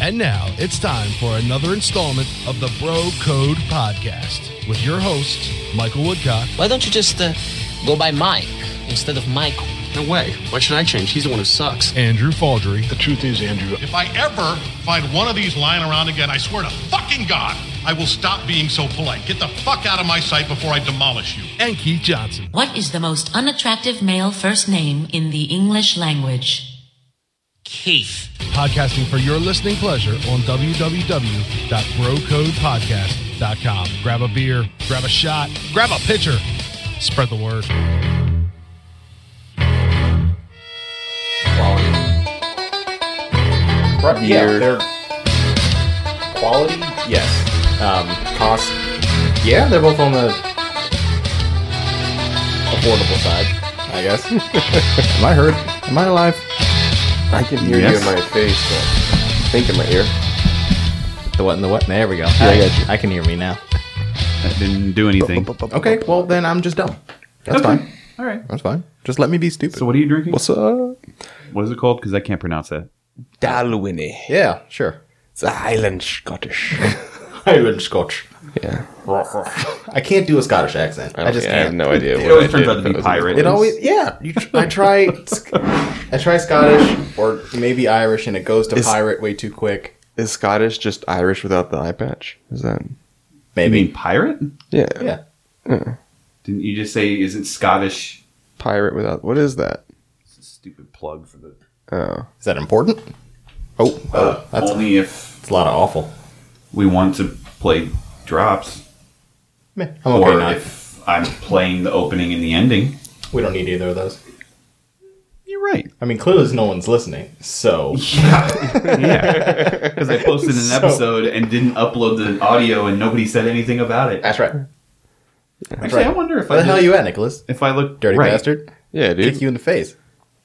And now it's time for another installment of the Bro Code Podcast with your host, Michael Woodcock. Why don't you just uh, go by Mike instead of Michael? No way. Why should I change? He's the one who sucks. Andrew Faldry. The truth is, Andrew, If I ever find one of these lying around again, I swear to fucking God, I will stop being so polite. Get the fuck out of my sight before I demolish you. And Keith Johnson. What is the most unattractive male first name in the English language? Keith. Podcasting for your listening pleasure on www.brocodepodcast.com. Grab a beer, grab a shot, grab a pitcher. Spread the word. Right, Year. yeah, they're quality. Yes. Um, cost. Yeah, they're both on the affordable side, I guess. am I hurt? Am I alive? I can hear Yes. you in my face, but I think in my ear. The what and the what? There we go. I got you. can hear me now. That didn't do anything. Okay, well then I'm just dumb. That's fine. All right. That's fine. Just let me be stupid. So what are you drinking? What's up? What is it called? Because I can't pronounce that. Dalwhinnie. Yeah, sure. It's a Highland Scottish. Highland Scotch. Yeah. I can't do a Scottish accent. I, don't- just yeah, I have can't. no idea. It what I always turns did, out to but be was- pirate. It always yeah. You tr- I try I try Scottish or maybe Irish and it goes to Is- pirate way too quick. Is Scottish just Irish without the eye patch? Is that? You Maybe. mean pirate? Yeah. yeah. Didn't you just say isn't Scottish? Pirate without. What is that? It's a stupid plug for the. Oh. Is that important? Oh, Uh, oh that's, a, only if that's a lot of awful. we want to play drops, Meh, I'm okay or now. if I'm playing the opening and the ending. We don't need either of those. You're right. I mean, clearly no one's listening, so Yeah. yeah. Because I posted an So- episode and didn't upload the audio, and nobody said anything about it. that's right. Actually, I wonder if Where I the hell did- you at, Nicholas? if I look Dirty right. bastard! Yeah, Kick dude. you in the face.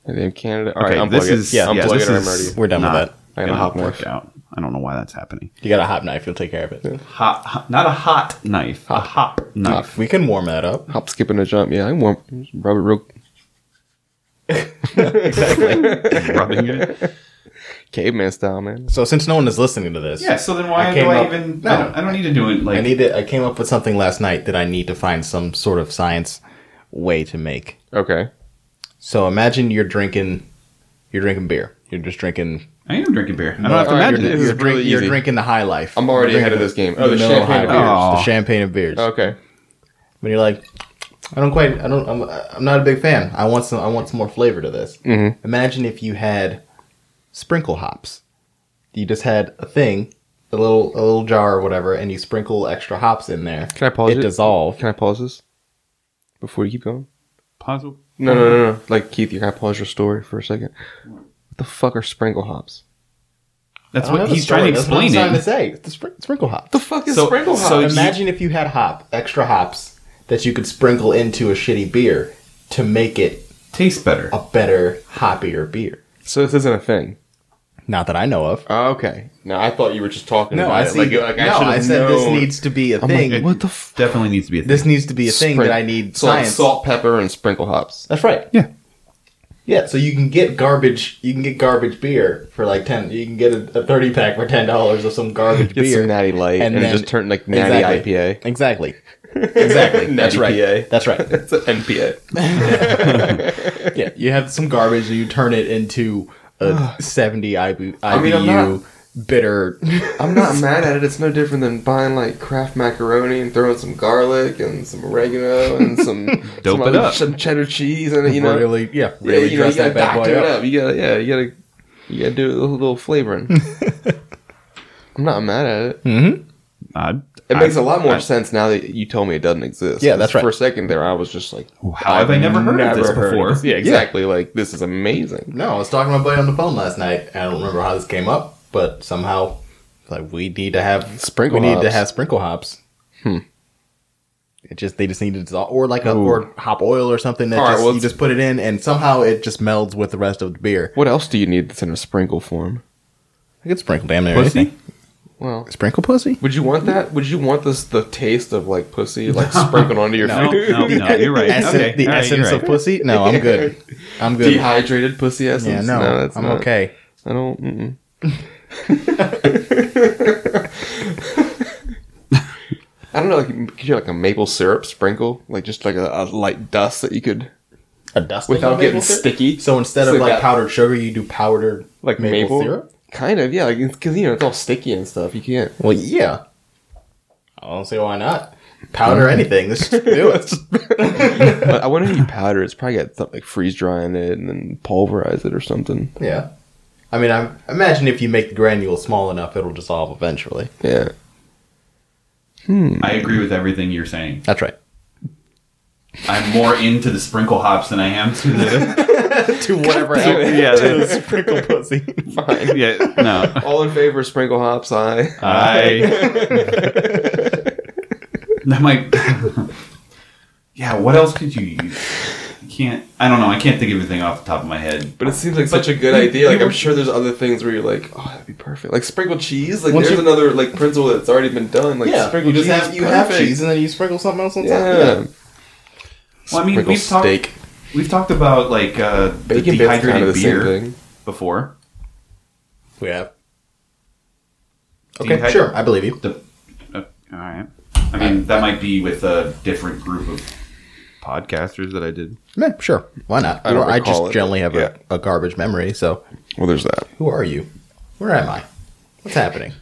Damn Canada. All right, Okay, unplug this it. is- yeah, unplug this it. Or I'm is- already. We're done Not with that. I got a gonna hot work knife. out. I don't know why that's happening. You got a hot knife. You'll take care of it. Hot, hot not a hot knife, a hop knife. We can warm that up. Hop, skip, and a jump. Yeah, I want rub it real rubbing it. caveman style, man. So since no one is listening to this, Yeah. So then why I do came I up- even? no. I, don't, I don't need to do it. Like I need to, I came up with something last night that I need to find some sort of science way to make. Okay. So imagine you're drinking, you're drinking beer. You're just drinking. I am drinking beer. I don't have to Alright, imagine you're- it. You're, is drink, really you're easy. drinking the high life. I'm already You're ahead of drinking this game. the- Oh, the middle champagne high of beers, beers. The champagne of beers. Okay. When you're like, I don't quite. I don't. I'm, I'm not a big fan. I want some. I want some more flavor to this. Mm-hmm. Imagine if you had sprinkle hops. You just had a thing, a little a little jar or whatever, and you sprinkle extra hops in there. Can I pause it? It dissolve. Can I pause this before you keep going? Puzzle. No, no, no, no. Like Keith, you gotta pause your story for a second. What the fuck are sprinkle hops? That's I don't what know he's the story. trying to That's what explain. I'm trying to It. say. It's the spr- sprinkle hop. The fuck is So- sprinkle hops? so- Imagine if you had hop, extra hops that you could sprinkle into a shitty beer to make it Tastes better. a better, hoppier beer. So this isn't a thing. Not that I know of. Oh, okay. No, I thought you were just talking No, about I it. see. Like, like, no, should've I, said this known. needs to be a I'm thing. like, what the f- Definitely needs to be a thing. this needs to be a thing that I need so like science. salt, pepper, and sprinkle hops. That's right. Yeah. Yeah, so you can get garbage. You can get garbage beer for like ten. You can get a, a thirty pack for ten dollars of some garbage Get beer. some natty light, and, it then- just turned like natty Exactly. IPA. Exactly. Exactly. That's Natty right. PA. That's right. It's an NPA. Yeah, you have some garbage and you turn it into a 70 IBU, I mean, I'm not- bitter. I'm not mad at it. It's no different than buying like Kraft macaroni and throwing some garlic and some oregano and some Dope some, it other- up. some cheddar cheese and you know really, yeah, Yeah, really you know, dress you that gotta bad boy doctor up. it up. You gotta, yeah, you gotta, you gotta do a little, little flavoring. I'm not mad at it. Hmm. I, It I- makes a lot more I- sense now that you told me it doesn't exist. Yeah, that's 'Cause For right. a second there, I was just like, How have I never heard of this never heard before? this. Yeah, exactly. Like this is amazing. No, I was talking to my buddy on the phone last night. I don't remember how this came up, but somehow, like, we need to have Sprinkle We need to hops. have sprinkle hops. Hmm. It just they just need to dissolve, or like a or hop oil or something that All right, just, well, you it's- just put it in, and somehow it just melds with the rest of the beer. What else do you need that's in a sprinkle form? I could sprinkle damn near Pussy. anything. Well, Sprinkle pussy? would you want that? Would you want this the taste of like pussy like sprinkled onto your No, food? no, no. You're right. Essen- okay. the all right, essence you're right. of pussy? No, I'm good. I'm good. Dehydrated pussy essence. Yeah, no, that's I'm not- okay. I don't. Mm-mm. I don't know, like, could you like a maple syrup sprinkle? Like just like a, a light dust that you could A dust without getting sticky. sticky. So instead of So like that- powdered sugar, you do powdered like maple, syrup? Kind of, yeah, like because you know it's all sticky and stuff. You can't. Well, yeah. I don't see why not. Powder anything. Let's Mm. just do it. But I wonder if you powder. it, It's probably got something like freeze drying it and then pulverize it or something. yeah. I mean, I imagine if you make the granule small enough, it'll dissolve eventually. Yeah, I agree with everything you're saying. That's right. I'm more into the sprinkle hops than I am to the. To whatever. else. yeah, the- Sprinkle pussy. fine. yeah, no. all in favor of sprinkle hops? I I. That might. yeah, what else could you use? I can't. I don't know. I can't think of anything off the top of my head. But it seems like such a good idea. Like I'm sure there's other things where you're like, oh, that'd be perfect. Like sprinkled cheese. Like Once there's you- another like principle that's already been done. Like Yeah. You sprinkled just cheese. have you have perfect. cheese and then you sprinkle something else on top. Yeah. Well, I mean, Sprinkle we've steak. talked. We've talked about like uh, the Bacon bits kind of dehydrated the same beer thing. before. We have. Do you Okay, have- sure. I believe you. The, uh, all right. I mean, that might be with a different group of podcasters that I did. Yeah, sure. Why not? I I, don't I recall just it. generally have Yeah. a, a garbage memory, so Well, there's that. who are you? Where am I? What's happening?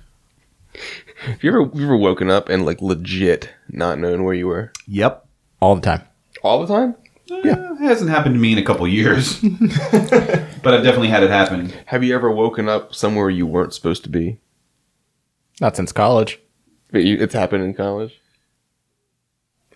Have you ever you ever woken up and like legit not known where you were Yep. All the time. all the time? Yeah, it hasn't happened to me in a couple years, but I've definitely had it happen. Have you ever woken up somewhere you weren't supposed to be? Not since college. But you, it's happened in college.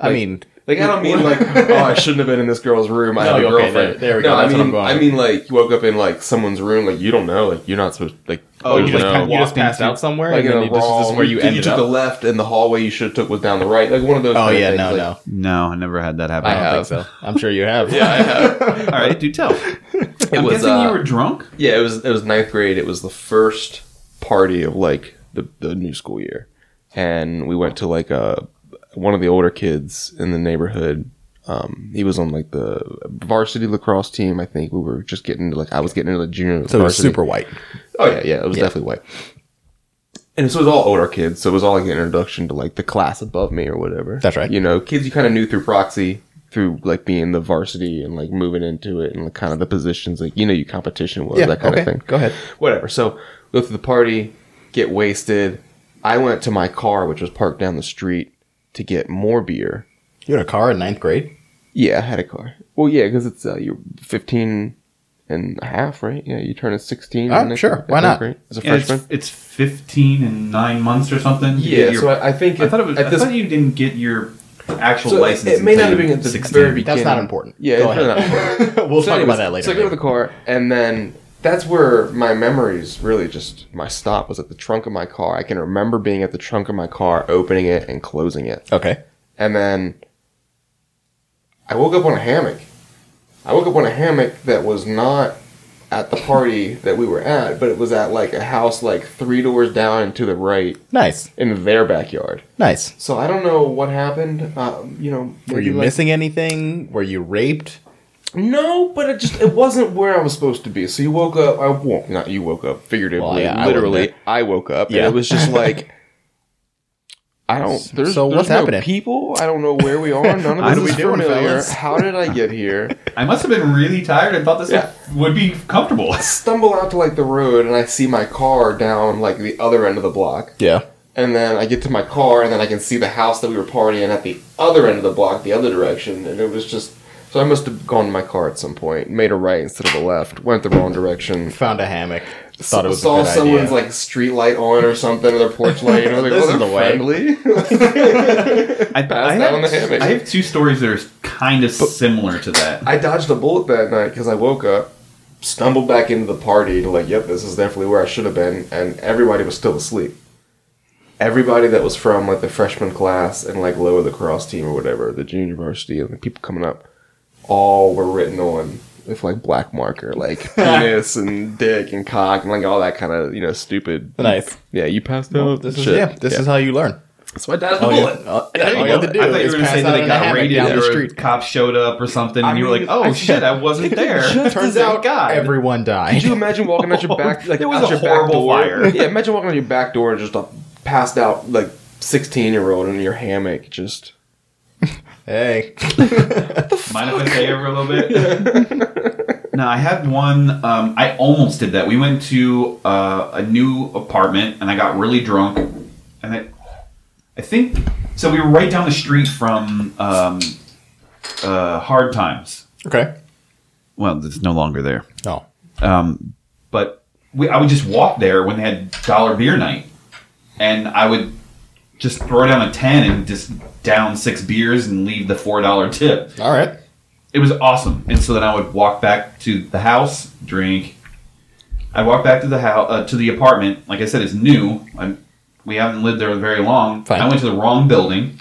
I mean, Like I don't mean like oh I shouldn't have been in this girl's room. I No, have a okay, girlfriend. there- there we go. No, That's I what I'm mean going I with. mean like you woke up in like someone's room like you don't know like you're not supposed like Oh, you you don't just know. kinda walked past out somewhere, like in a wrong, you, end took the left and the hallway you should have took was down the right like one of those. Oh kind of yeah, things, no, like- no. No, I never had that happen. I have. so I'm sure you have. Yeah, I have. All right, do tell. I'm was, guessing uh, you were drunk. yeah, it was it was ninth grade. It was the first party of like the the new school year, and we went to like a one of the older kids in the neighborhood. Um, he was on like the varsity lacrosse team. I think we were just getting into like I was getting into the junior. So it was varsity. super white. Oh yeah, yeah, it was definitely white. And this was all older kids, so it was all like an introduction to like the class above me or whatever. That's right. You know, kids you kind of knew through proxy, through like being the varsity and like moving into it and like kind of the positions, like you know, you competition was that kind of thing. Go ahead. Whatever. So go through the party, get wasted. I went to my car, which was parked down the street, to get more beer. You had a car in ninth grade. Yeah, I had a car. Well, yeah, because it's uh, you're 15 and a half, right? Yeah, you turn at 16. Oh, in the- sure. Why not? right? As a Yeah, it's, freshman. it's 15 and nine months or something. You Yeah, get your- so I, I think I thought it was. at I this thought you didn't get your actual So it- license. it may not until have been at the 16. very beginning. That's Can- not important. yeah, Go it's really ahead. not. we'll So talk anyways, about that later. So I go to the car, and then that's where my memories really just my stop was at the trunk of my car. I can remember being at the trunk of my car, opening it and closing it, okay. and then I woke up on a hammock. I woke up on a hammock that was not at the party that we were at, but it was at like a house like three doors down and to the right Nice. in their backyard. Nice. So I don't know what happened. Uh, you know, Were you maybe, like- missing anything? Were you raped? No, but it just it wasn't where I was supposed to be. So you woke up. I woke not you woke up figuratively, Well, yeah, I literally. wasn't I, woke up. Yeah. and it was just like I don't. There's, So there's what's no happening? People. I don't know where we are. None How of do we this is doing, familiar. fellas? How did I get here? I must have been really tired and thought this Yeah. would be comfortable. Stumble out to like the road, and I see my car down like the other end of the block. Yeah. And then I get to my car, and then I can see the house that we were partying at the other end of the block, the other direction. And it was just. So I must have gone to my car at some point, made a right instead of a left, went the wrong direction. Found a hammock. Thought it was saw a good someone's idea. like street light on or something, or their porch light, and I was like, This "Oh, is they're the way." friendly." I, I, out have, on the hammock. I have two stories that are kind of similar to that. I dodged a bullet that night because I woke up, stumbled back into the party, and like, "Yep, this is definitely where I should have been," and everybody was still asleep. Everybody that was from like the freshman class and like lower the cross team or whatever, the junior varsity, and the people coming up, all were written on with like black marker, like penis and dick and cock and like all that kind of you know stupid. nice. Yeah, you passed out. Oh, this is Oh, shit. yeah. This is how you learn. That's why I died of the All you, bullet. all, I didn't all you know have to it. do I thought you were is going to pass say out that it in a got hammock raided down the or street. Cops showed up or something, I and you were like, mean, "Oh I- shit, I wasn't there." Turns Thank out everyone died. Could you imagine walking out your back like There was out a your horrible back door? fire. Yeah, imagine walking out your back door and just a passed out like sixteen year old in your hammock. Just Hey, Mind if I stay over a little bit? no, I had one. Um, I almost did that. We went to uh, a new apartment, and I got really drunk, and I, I think so. We were right down the street from um, uh, Hard Times. okay. Well, it's no longer there, Oh, Um, but we, I would just walk there when they had dollar beer night, and I would just throw down a ten and just down six beers and leave the four dollar tip. all right. it was awesome. And so then I would walk back to the house, drink. I walk back to the house uh, to the apartment. Like I said, it's new. i we haven't lived there very long. Fine. I went to the wrong building,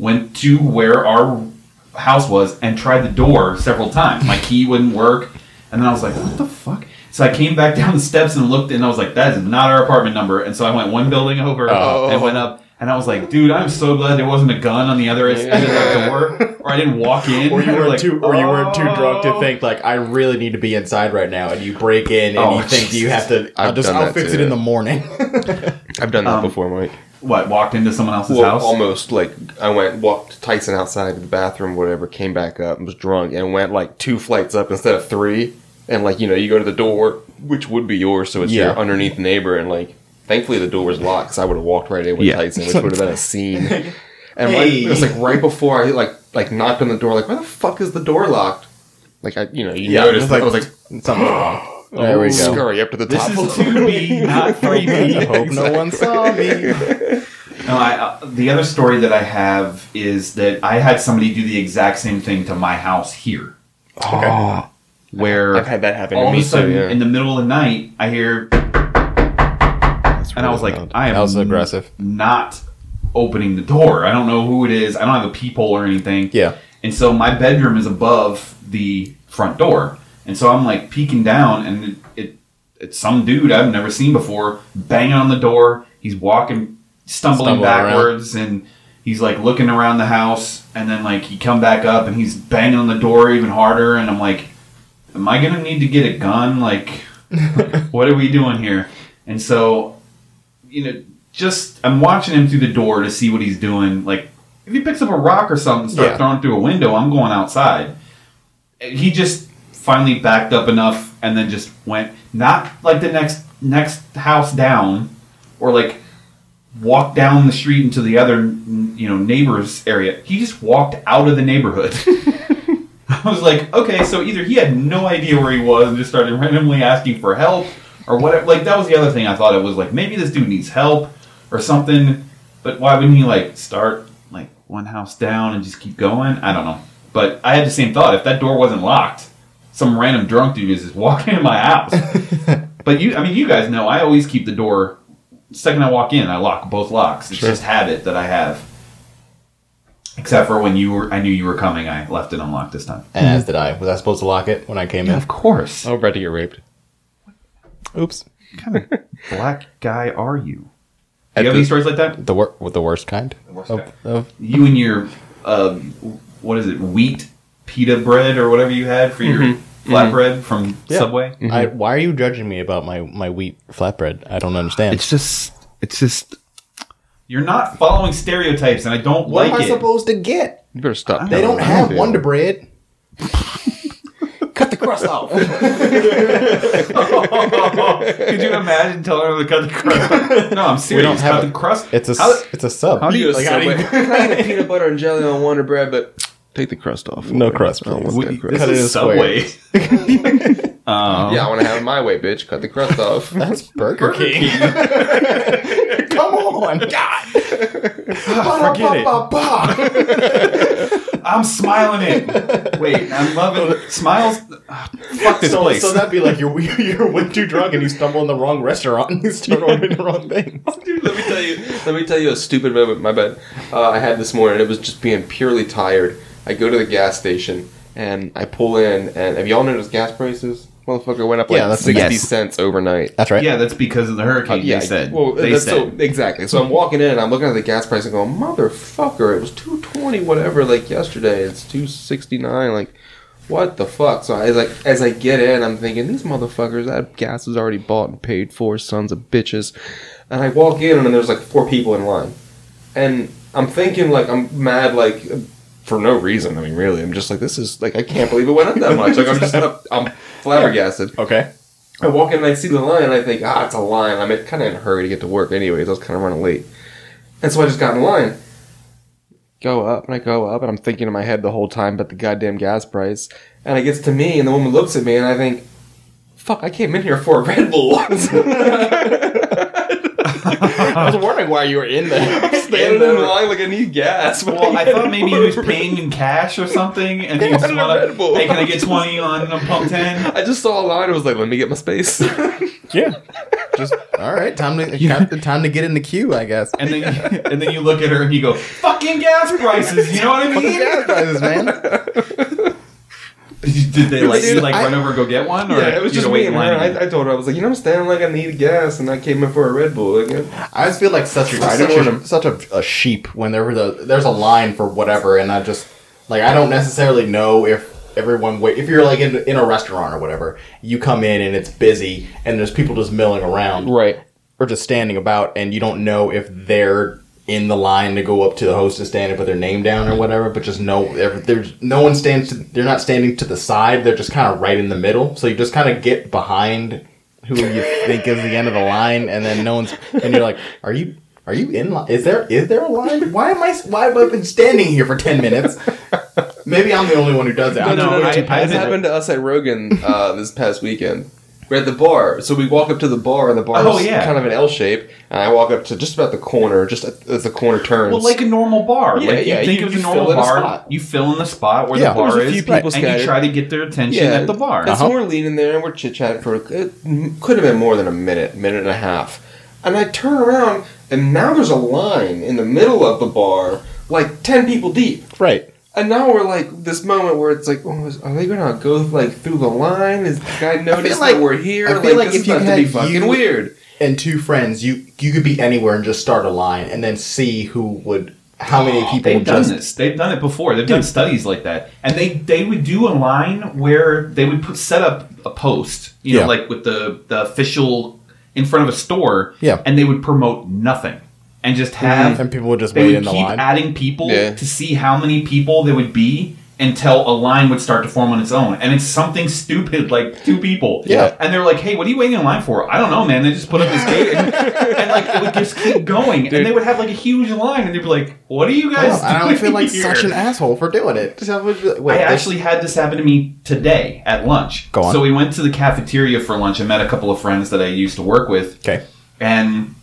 went to where our house was, and tried the door several times. My key wouldn't work, and then I was like, "What the fuck?" So I came back down the steps and looked, and I was like, "That is not our apartment number." And so I went one building over Oh. and went up. And I was like, dude, I'm so glad there wasn't a gun on the other end of that door, or I didn't walk in. Or you were were too, or you were too drunk "Oh." to think like I really need to be inside right now, and you break in and Oh, you think you Jesus. have to. I'll I've just done I'll that fix too. it in the morning. I've done Um, that before, Mike. What walked into someone else's Well, house? almost like I went walked Tyson outside to the bathroom, whatever. Came back up and was drunk and went like two flights up instead of three. And like you know, you go to the door, which would be yours, so it's Yeah. your underneath neighbor. And like, thankfully the door was locked, because I would have walked right in with Yeah. Tyson, which would have been a scene. And Hey. right, it was like right before I like like knocked on the door, like why the fuck is the door locked? Like I, you know, you noticed. I was like, something's wrong. There we go. scurry up to the this top. is two B, not three B. I hope no one saw me. No, I, uh, the other story that I have is that I had somebody do the exact same thing to my house here, Oh, where I've had that happen all to of me a sudden too. Yeah. in the middle of the night I hear, and I was like, I am That was aggressive. Not opening the door. I don't know who it is. I don't have a peephole or anything. Yeah. And so my bedroom is above the front door. And so I'm like peeking down, and it, it it's some dude I've never seen before banging on the door. He's walking, stumbling Stumbling around. backwards, and he's like looking around the house. And then like he come back up, and he's banging on the door even harder. And I'm like, am I gonna need to get a gun? Like, what are we doing here? And so, you know, just I'm watching him through the door to see what he's doing. Like, if he picks up a rock or something, and starts Yeah. throwing it through a window, I'm going outside. And He just finally backed up enough, and then just went not like the next next house down, or like walked down the street into the other n- you know neighbor's area. He just walked out of the neighborhood. I was like, okay, so either he had no idea where he was and just started randomly asking for help or whatever. Like that was the other thing I thought it was like maybe this dude needs help or something. But why wouldn't he like start like one house down and just keep going? I don't know. But I had the same thought. If that door wasn't locked, some random drunk dude is just walking into my house. but you, I mean, you guys know I always keep the door. Second I walk in, I lock both locks. It's just habit that I have. Except for when you were, I knew you were coming. I left it unlocked this time. And as did I. Was I supposed to lock it when I came in? Of course. I'm about to get raped. Oops. black guy are you? Do At you have the- any stories like that? The wor- with the worst kind. worst of, kind. of- You and your, um, what is it, wheat pita bread or whatever you had for your flatbread from Mm-hmm. Yeah. Subway? I, why are you judging me about my my wheat flatbread? I don't understand. just, it's just. You're not following stereotypes, and I don't what am like I it. supposed to get? You better stop. They don't I have feel. Wonder Bread. Cut the crust off. Could you imagine telling her to cut the crust? no, I'm serious. don't have cut it. the crust. It's a s- How- it's a sub. do you- Yes, Like, so wait, can I get a peanut butter and jelly on Wonder Bread, but take the crust off. No crust, I don't please. want we- that crust. this Cut it in is Subway. yeah, I want to have it my way, bitch. Cut the crust off. That's Burger King. Come on, God. Forget it. Ba-ba-ba-ba. I'm smiling it. Wait, I'm loving smiles. ah, fuck this So, place. so that'd be like you're you're way too drunk and you stumble in the wrong restaurant and you start ordering the wrong things. Dude, let me tell you. Let me tell you a stupid moment. My bad. Uh, I had this morning. It was just being purely tired. I go to the gas station and I pull in. And have y'all noticed gas prices? Motherfucker went up like Yeah, that's- 60 yes. cents overnight. That's right. Uh, Yeah, that's because of the hurricane. Uh, yeah, they said. Well, they that's said. So, exactly. So I'm walking in and I'm looking at the gas price and going, motherfucker, it was two twenty whatever like yesterday. It's two sixty nine. Like, what the fuck? So I like as I get in, I'm thinking these motherfuckers. That gas is already bought and paid for. Sons of bitches. And I walk in and there's like four people in line, and I'm thinking like I'm mad like. For no reason. I mean, really, I'm just like this is like I can't believe it went up that much. Like I'm just I'm flabbergasted. Okay. I walk in and I see the line and I think, ah, it's a line. I'm kind of in a hurry to get to work anyways. I was kind of running late. And so I just got in line. Go up and I go up and I'm thinking in my head the whole time about the goddamn gas price. And it gets to me and the woman looks at me and I think, fuck, I came in here for a Red Bull. I was wondering why you were in there. Standing in line like I need gas. Well, I thought maybe he was paying in cash or something, and he Yeah, was I wanna, read both. hey, can I get twenty on a pump ten? I just saw a line. I was like, let me get my space. Yeah. Just all right. Time to time to get in the queue, I guess. And then, and then you look at her and you go, "Fucking gas prices," you know what I Fucking mean? gas prices, man. Did they like Dude, you like I- run over and go get one, or yeah, it was you just know, me wait and in her. line? I, I told her I was like, you know, I'm standing like I need gas, and I came in for a Red Bull. Like, yeah. I just feel like such a, I don't such, wanna- a, such a, a sheep when there was a there's a line for whatever, and I just like I don't necessarily know if everyone wait if you're like in, in a restaurant or whatever, you come in and it's busy and there's people just milling around, Right. or just standing about, and you don't know if they're in the line to go up to the host and stand and put their name down or whatever. But just know if there's no one stands. To, they're not standing to the side. They're just kind of right in the middle. So you just kind of get behind who you think is the end of the line, and then no one's. And you're like, are you? Are you in line? Is there is there a line? Why am I? s- Why have I been standing here for ten minutes? Maybe I'm the only one who does that. I'm No, just no, way no, too it passive. happened to us at Rogan uh, this past weekend. We're at the bar, so we walk up to the bar, and the bar Oh, is yeah. kind of an L shape. And I walk up to just about the corner, just at- as the corner turns. Well, like a normal bar. Yeah, like you yeah, think you- of a you normal fill in a bar, spot. you fill in the spot where Yeah. the bar There's a is, few people and you scattered. Uh-huh. try to get their attention at the bar. Uh-huh. That's more leaning there, and we're chit chatting for it could have been more than a minute, minute and a half. And I turn around, and now there's a line in the middle of the bar, like ten people deep. Right. And now we're like this moment where it's like, oh, is, are they gonna go like through the line? Is the guy notice like- that we're here? I feel like this if is you about to be had fucking you- weird. and two friends, you you could be anywhere and just start a line and then see who would how many people They've done just this. They've done it before. They've done studies like that, and they they would do a line where they would put set up a post, you know, Yeah. like with the the official in front of a store, Yeah. Mm-hmm. and they would promote nothing and just have and people would just they wait would in the keep line. adding people Yeah. to see how many people there would be until a line would start to form on its own and it's something stupid like two people Yeah. and they're like hey what are you waiting in line for i don't know man they just put up this gate and, and, like it would just keep going and they would have like a huge line and they'd be like what are you I guys don't, I don't feel like doing such here?" an asshole for doing it. Just have a- Wait, I this- actually had this happen to me today at lunch. Go on. So we went to the cafeteria for lunch. I met a couple of friends that I used to work with. okay. And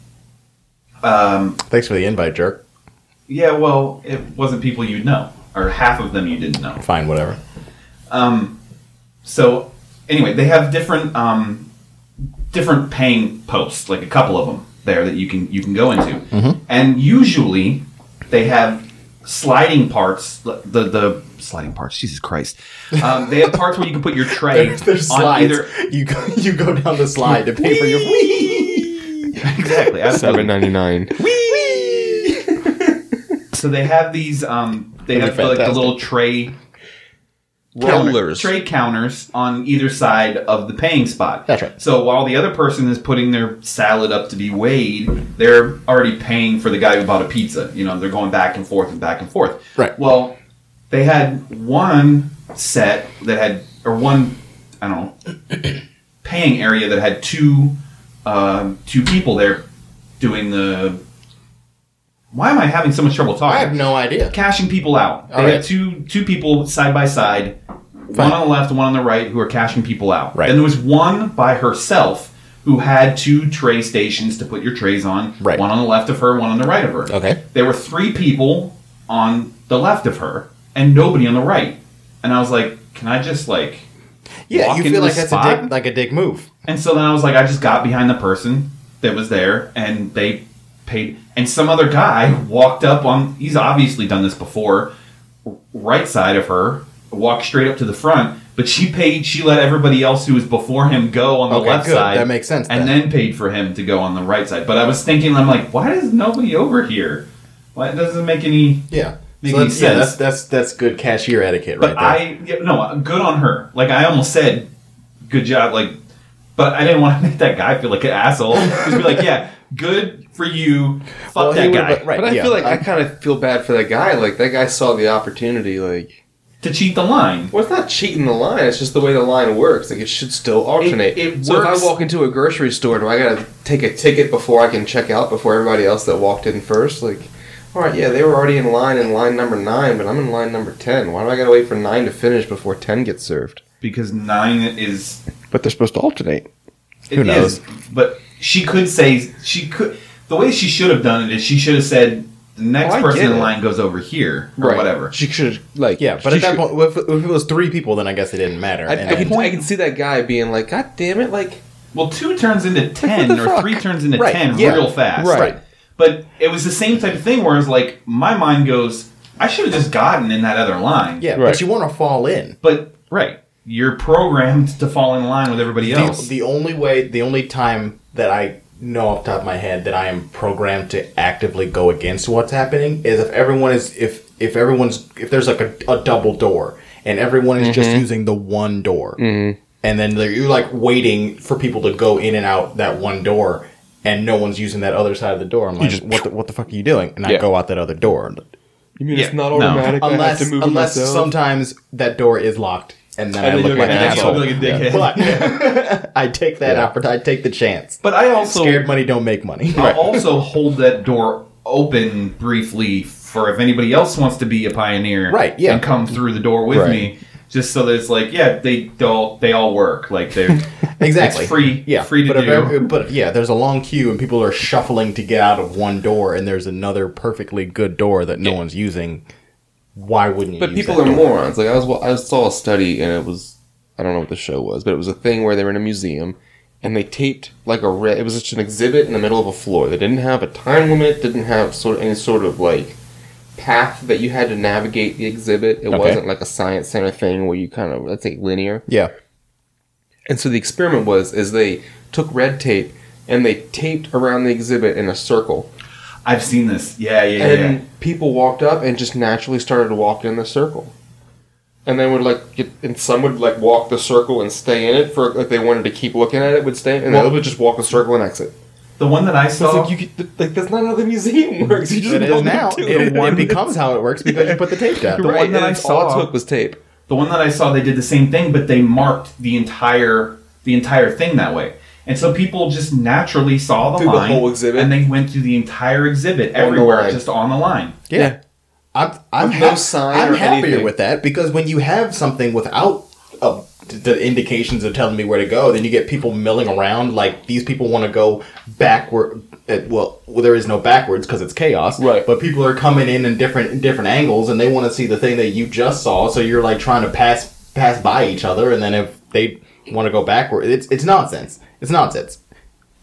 um, Thanks for the invite, jerk. yeah, well, it wasn't people you'd know, or half of them you didn't know. Fine, whatever. So anyway, they have different um, different paying posts, like a couple of them there that you can you can go into, and usually they have sliding parts. The the, the sliding parts. Jesus Christ! Um, they have parts where you can put your tray There's, there's on slides. either. You go, you go down the slide to pay for your Exactly. Absolutely. ninety nine. So they have these. Um, they That'd have be the, like the fantastic. little tray Rollers. tray counters on either side of the paying spot. That's right. So while the other person is putting their salad up to be weighed, they're already paying for the guy who bought a pizza. You know, they're going back and forth and back and forth. Right. Well, they had one set that had or one I don't know paying area that had two um, two people there doing the. Why am I having so much trouble talking? I have no idea. cashing people out. They All had right. two two people side by side, one on the left, one on the right, who are cashing people out. Right. And there was one by herself who had two tray stations to put your trays on. Right. One on the left of her, one on the right of her. Okay. There were three people on the left of her and nobody on the right. And I was like, can I just like Yeah, walk you into feel like the that's a spot? dick, like a dick move. And so then I was like, I just got behind the person that was there, and they paid. And some other guy walked up on. He's obviously done this before. Right side of her, walked straight up to the front, But she paid. She let everybody else who was before him go on the Okay, left good. side. That makes sense And then. then paid for him to go on the right side. But I was thinking, I'm like, why is nobody over here? Why it doesn't make any. Yeah. Making so that's, yeah, sense. that's that's that's good cashier etiquette But right there. I yeah, no good on her. Like I almost said, good job. Like, but I didn't want to make that guy feel like an asshole. Just be like, yeah, good for you. Fuck Well, he that would- guy. but- right, But I yeah. feel like i I'm- kind of feel bad for that guy. Like that guy saw the opportunity. Like, To cheat the line. well, it's not cheating the line. It's just the way the line works. Like it should still alternate. It- it so works- if I walk into a grocery store, do I gotta take a ticket before I can check out before everybody else that walked in first? Like, all right, yeah, they were already in line in line number nine, but I'm in line number ten. Why do I gotta wait for nine to finish before ten gets served? because nine is But they're supposed to alternate. it Who knows? is, but she could say she could the way she should have done it is she should have said the next Oh, I person get in it. line goes over here or Right. whatever She should like yeah, but she at that should- point, if, if it was three people, then I guess it didn't matter. I, And I, then- can, I can see that guy being like, God damn it, like well two turns into ten the or fuck? three turns into Right, ten yeah, real fast right. but it was the same type of thing where it's like my mind goes i should have just gotten in that other line yeah, but Right. you want to fall in. but right you're programmed to fall in line with everybody The, else the only way, the only time that I know off the top of my head that I am programmed to actively go against what's happening is if everyone is if if everyone's if there's like a, a double door and everyone is Mm-hmm. just using the one door, and then they're- you're like waiting for people to go in and out that one door, and no one's using that other side of the door. I'm like, just- what the, what the fuck are you doing? And I Yeah. go out that other door. You mean it's Yeah, not no. automatic? I have unless to move it unless myself? sometimes that door is locked and then And I then look you'll like an get an I'll asshole. be like a dickhead. But I take that opportunity. I take the chance. but i also Scared money don't make money. I'll also hold that door open briefly for if anybody else wants to be a pioneer, Right, yeah. and come through the door with Right. me, just so that it's like, yeah, they they all they all work, like they're Exactly. It's free- Yeah. free to but if do. every- but yeah, there's a long queue and people are shuffling to get out of one door, and there's another perfectly good door that no one's using. Why wouldn't you? But use people that are door? morons. Like I was, I saw a study, and it was, I don't know what the show was, but it was a thing where they were in a museum, and they taped like a red. It was just an exhibit in the middle of a floor. They didn't have a time limit. Didn't have sort of any sort of like path that you had to navigate the exhibit. It wasn't like a science center thing where you kind of let's say linear. Yeah. And so the experiment was is they took red tape and they taped around the exhibit in a circle. I've seen this. Yeah, yeah, yeah. and people walked up and just naturally started to walk in the circle and then would like get, and some would like walk the circle and stay in it for if they wanted to keep looking at it would stay and Well- they would just walk the circle and exit the one that I saw, it's like you could, like that's not how the museum works you just It is walk now. into It, it becomes how it works because you put the tape down. The one right, that and I it's- all saw- it took was tape the one that I saw, they did the same thing, but they marked the entire the entire thing that way. And so people just naturally saw the Through the line, whole exhibit? and they went through the entire exhibit the everywhere, line. just on the line. Yeah. I'm, I'm, With no hap- sign I'm or happier anything. with that because when you have something without uh, the indications of telling me where to go, then you get people milling around. Like these people want to go backward. At, well, well, there is no backwards because it's chaos. Right. But people are coming in in different in different angles, and they want to see the thing that you just saw. So you're like trying to pass pass by each other, and then if they want to go backward, it's it's nonsense. It's nonsense.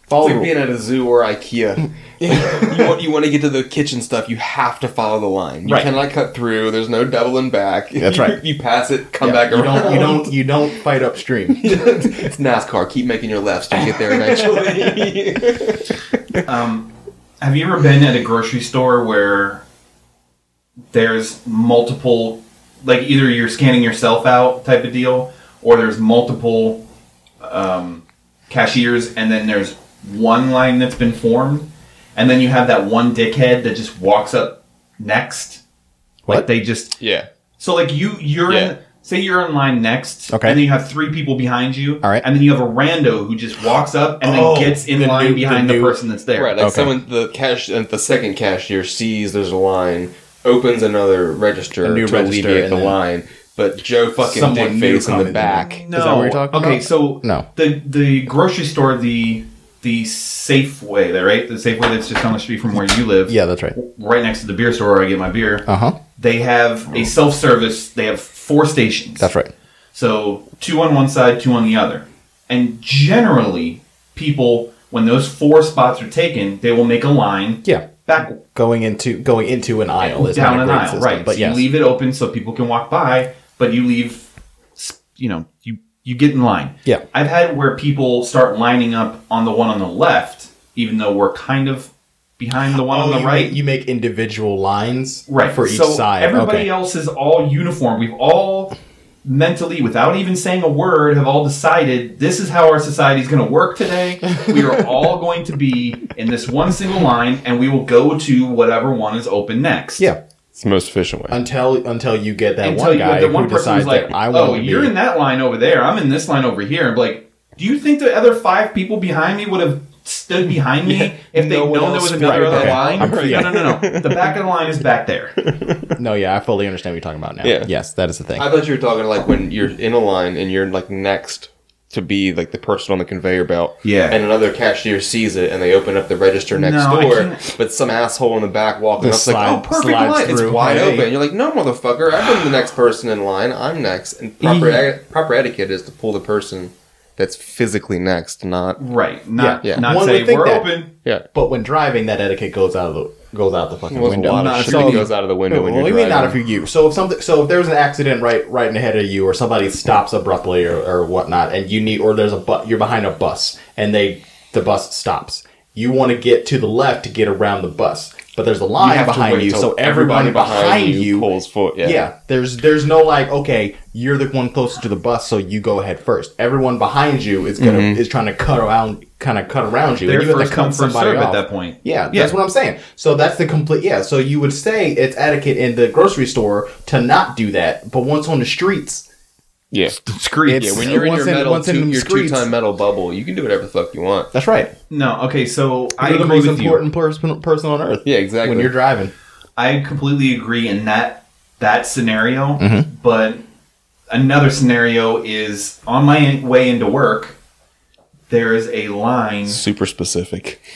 Follow it's the like being rule. at a zoo or IKEA. you, want, you want to get to the kitchen stuff, you have to follow the line. You Right. cannot cut through. There's no doubling back. That's You- right. You, pass it, come back You around. don't you don't you don't fight upstream. it's NASCAR. Keep making your lefts till you get there eventually. Have you ever been at a grocery store where there's multiple, like either you're scanning yourself out type of deal, or there's multiple um, cashiers, and then there's one line that's been formed, and then you have that one dickhead that just walks up next, like What? they just yeah. so like you you're Yeah. in say you're in line next, Okay. and then you have three people behind you, All right. and then you have a rando who just walks up and Oh, then gets in the line new- the behind the, new- person that's there, Right, like Okay. someone the cash and the second cashier sees there's a line, opens another register A new to register, alleviate and the then line, but Joe fucking someone new dickface comes in. in the back. No. Is that what you're talking okay, about? so No. the the grocery store, the the Safeway, there, right? The Safeway that's just down the street from where you live. Yeah, that's right. Right next to the beer store where I get my beer. Uh huh. They have Oh. a self service. They have four stations. That's right. So two on one side, two on the other. And generally, people when those four spots are taken, they will make a line. Yeah. Back Going into going into an aisle is down not a an great aisle, system, right? But so yes, you leave it open so people can walk by, but you leave s- you know you you get in line. Yeah. I've had where people start lining up on the one on the left, even though we're kind of behind the one Oh, on the you right. Make, you make individual lines right for each so side. Everybody okay. else is all uniform. We've all mentally, without even saying a word, have all decided this is how our society is going to work today. we are all going to be in this one single line, and we will go to whatever one is open next. Yeah. It's the most efficient way. Until until you get that Until one you guy the one who person who's decides like, that I want "Oh, to be. you're in that line over there. I'm in this line over here." And be like, do you think the other five people behind me would have stood behind me if they No would known one there else- was another right, other okay. line? I'm- yeah. No, no, no, no. The back of the line is back there. no, yeah, I fully understand what you're talking about now. Yeah. Yes, that is the thing. I thought you were talking like when you're in a line and you're like next to be like the person on the conveyor belt. Yeah. And another cashier sees it and they open up the register next No, I door, can't. but some asshole in the back The walking up's like, slide- "Oh, perfect slides line! It's through. wide Hey. open." You're like, "No, motherfucker! I'm the next person in line. I'm next." And proper eti- proper etiquette is to pull the person that's physically next, not Right. Not Yeah. not One would say think we're that. open. yeah. But when driving, that etiquette goes out of the goes out the fucking Well, window. a lot of Not shit so- goes out of the window No, when well, you're you mean not if driving. you you. So if something, so if there was an accident right right in ahead of you, or somebody stops abruptly or, or whatnot, and you need, or there's a bu- you're behind a bus, and they the bus stops. You want to get to the left to get around the bus, but there's a line have to behind wait you, till so everybody, behind you, pulls foot. yeah. there's there's no like okay, you're the one closest to the bus, so you go ahead first. Everyone behind you is gonna is trying to cut around, kind of cut around you. They're and you have first to cut come, first somebody serve at off. that point. Yeah, Yeah. that's what I'm saying. So that's the complete. Yeah, so you would say it's etiquette in the grocery store to not do that, but once on the streets, Yeah. Discreet. It's- When you're in Once your in- metal, once in two, them your streets. two-time metal bubble, you can do whatever the fuck you want. that's right. No, okay, so I You're the agree most with you. important person person on earth. Yeah, exactly. When you're driving, I completely agree in that that scenario, Mm-hmm. but another scenario is on my in- way into work. There is a line. Super specific.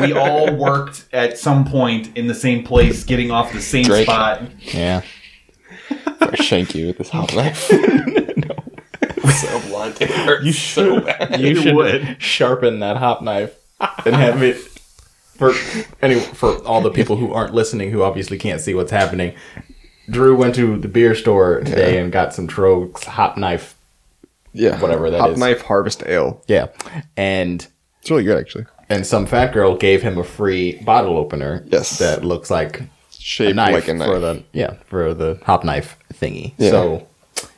We all worked at some point in the same place, getting off the same Drake. spot. yeah, I shank you with this hot knife. so blunt. It hurts You so bad. you should would. sharpen that hop knife and have it for anyway for all the people who aren't listening who obviously can't see what's happening. Drew went to the beer store today and got some Trogs hop knife. yeah. Whatever that hot is. knife harvest ale. Yeah, and It's really good, actually. and some fat girl gave him a free bottle opener. Yes. that looks like a Shaped knife, like a knife. for the yeah for the hop knife thingy. Yeah. So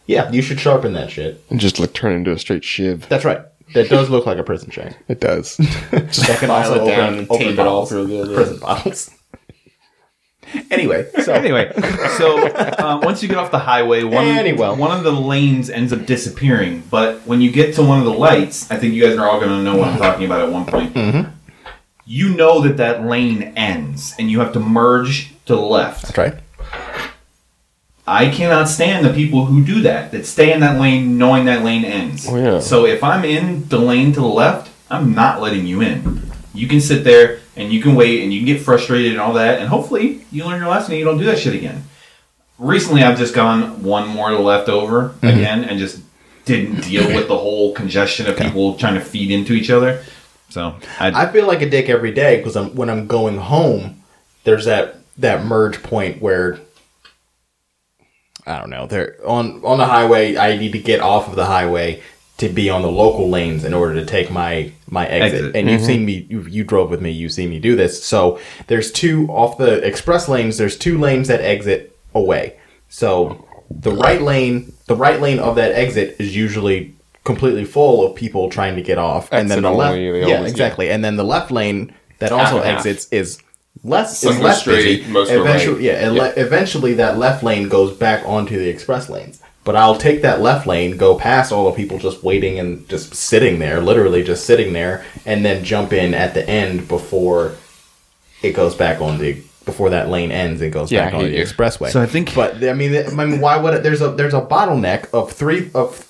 yeah, you should sharpen that shit. and just like turn into a straight shiv. That's right. That does look like a prison chain. It does. That can also it open, down and open tape it all bottles, through the- the- prison bottles. anyway, so Anyway, so uh, once you get off the highway, one Anyway. one of the lanes ends up disappearing. But when you get to one of the lights, I think you guys are all going to know what I'm talking about at one point. Mm-hmm. You know that that lane ends, and you have to merge to the left. that's right. I cannot stand the people who do that. That stay in that lane, knowing that lane ends. Oh, yeah. So if I'm in the lane to the left, I'm not letting you in. You can sit there and you can wait and you can get frustrated and all that, and hopefully you learn your lesson and you don't do that shit again. Recently, I've just gone one more left over Mm-hmm. again and just didn't deal with the whole congestion of people trying to feed into each other. So I, I feel like a dick every day because I'm, when I'm going home, there's that that merge point where I don't know. There on on the highway, I need to get off of the highway to be on the local lanes in order to take my my exit. Exit. And Mm-hmm. you've seen me, you, you drove with me, you've seen me do this. So there's two off the express lanes. There's two lanes that exit away. So the right lane, the right lane of that exit is usually completely full of people trying to get off, and then Exit the left, only, they yeah, always do. exactly, and then the left lane that also and half. exits is less Some is go less straight, busy. most go eventually, right. yeah, ele- eventually that left lane goes back onto the express lanes. But I'll take that left lane, go past all the people just waiting and just sitting there, literally just sitting there, and then jump in at the end before it goes back on the before that lane ends and goes Yeah, back I on hear the you. expressway. So I think- but I mean, I mean, why would it, there's a there's a bottleneck of three of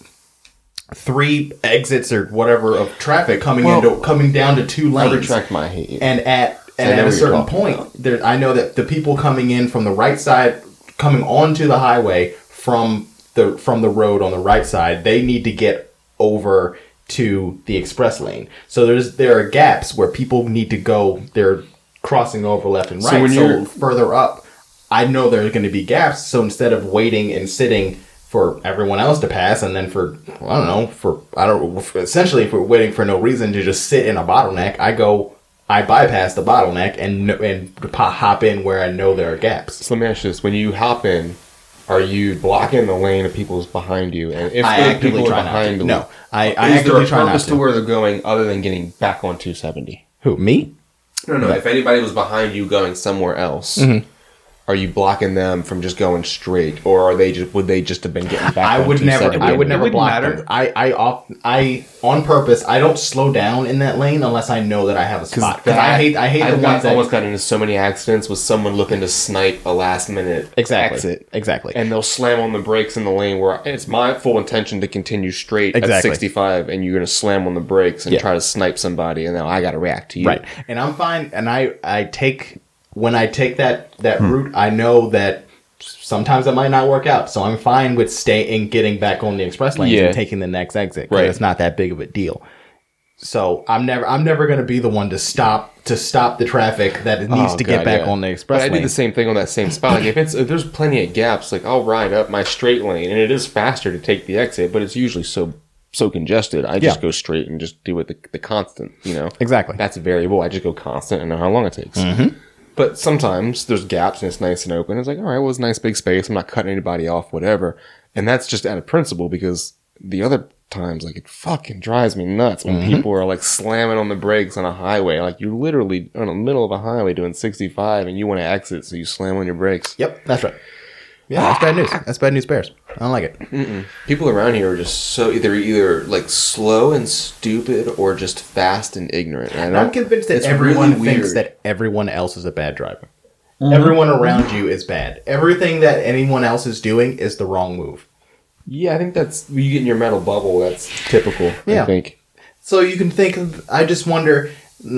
three exits or whatever of traffic coming into coming down to two I lanes. retract my hate. And at I and know at a what you're certain talking point, there, I know that the people coming in from the right side, coming onto the highway from the from the road on the right side, they need to get over to the express lane. So there's there are gaps where people need to go. They're crossing over left and right. So, when you're- further up, I know there are going to be gaps. So instead of waiting and sitting for everyone else to pass, and then for I don't know for I don't for- essentially if we're waiting for no reason to just sit in a bottleneck, I go I bypass the bottleneck and kn- and po- hop in where I know there are gaps. So let me ask you this: When you hop in, are you blocking the lane of people's behind you? And if I the actively people try are not to. behind, No, I, I I is there actively a try not purpose to. to where they're going other than getting back on 270? Who me? No, no. If anybody was behind you going somewhere else, Mm-hmm. are you blocking them from just going straight, or are they just would they just have been getting back? I on would never. 270? I would never wouldn't block matter. them. I I off. I on purpose. I don't slow down in that lane unless I know that I have a spot. Because I that- hate. I hate I've the got- ones that almost gotten into so many accidents with someone looking to snipe a last minute exactly exit, exactly. and they'll slam on the brakes in the lane where it's my full intention to continue straight at Exactly. 65, and you're going to slam on the brakes and Yeah. try to snipe somebody, and now I got to react to you. Right. And I'm fine. And I, I take, when I take that, that Hmm. route, I know that sometimes it might not work out. So I'm fine with staying, getting back on the express lanes Yeah. and taking the next exit. 'cause Right. It's not that big of a deal. So I'm never, I'm never going to be the one to stop, to stop the traffic that it needs Oh, to get God, back yeah. on the express But I lane. do the same thing on that same spot. Like if it's if there's plenty of gaps, like I'll ride up my straight lane, and it is faster to take the exit, but it's usually so so congested. I just Yeah. go straight and just do it the, the constant. You know, Exactly. That's a variable. I just go constant and know how long it takes. Mm-hmm. But sometimes there's gaps and it's nice and open. It's like all right, well it's a nice big space. I'm not cutting anybody off, whatever. And that's just out of principle because the other times like it fucking drives me nuts when people are like slamming on the brakes on a highway like you're literally in the middle of a highway doing 65 and you want to exit so you slam on your brakes Yep. That's right. Yeah. That's bad news. Ah. That's bad news bears. I don't like it. people around here are just so either either like slow and stupid or just fast and ignorant and I I'm don't, convinced that it's everyone really thinks weird. that everyone else is a bad driver. Everyone around you is bad. Everything that anyone else is doing is the wrong move. yeah i think that's you get in your metal bubble that's typical Yeah. i think So you can think of. I just wonder,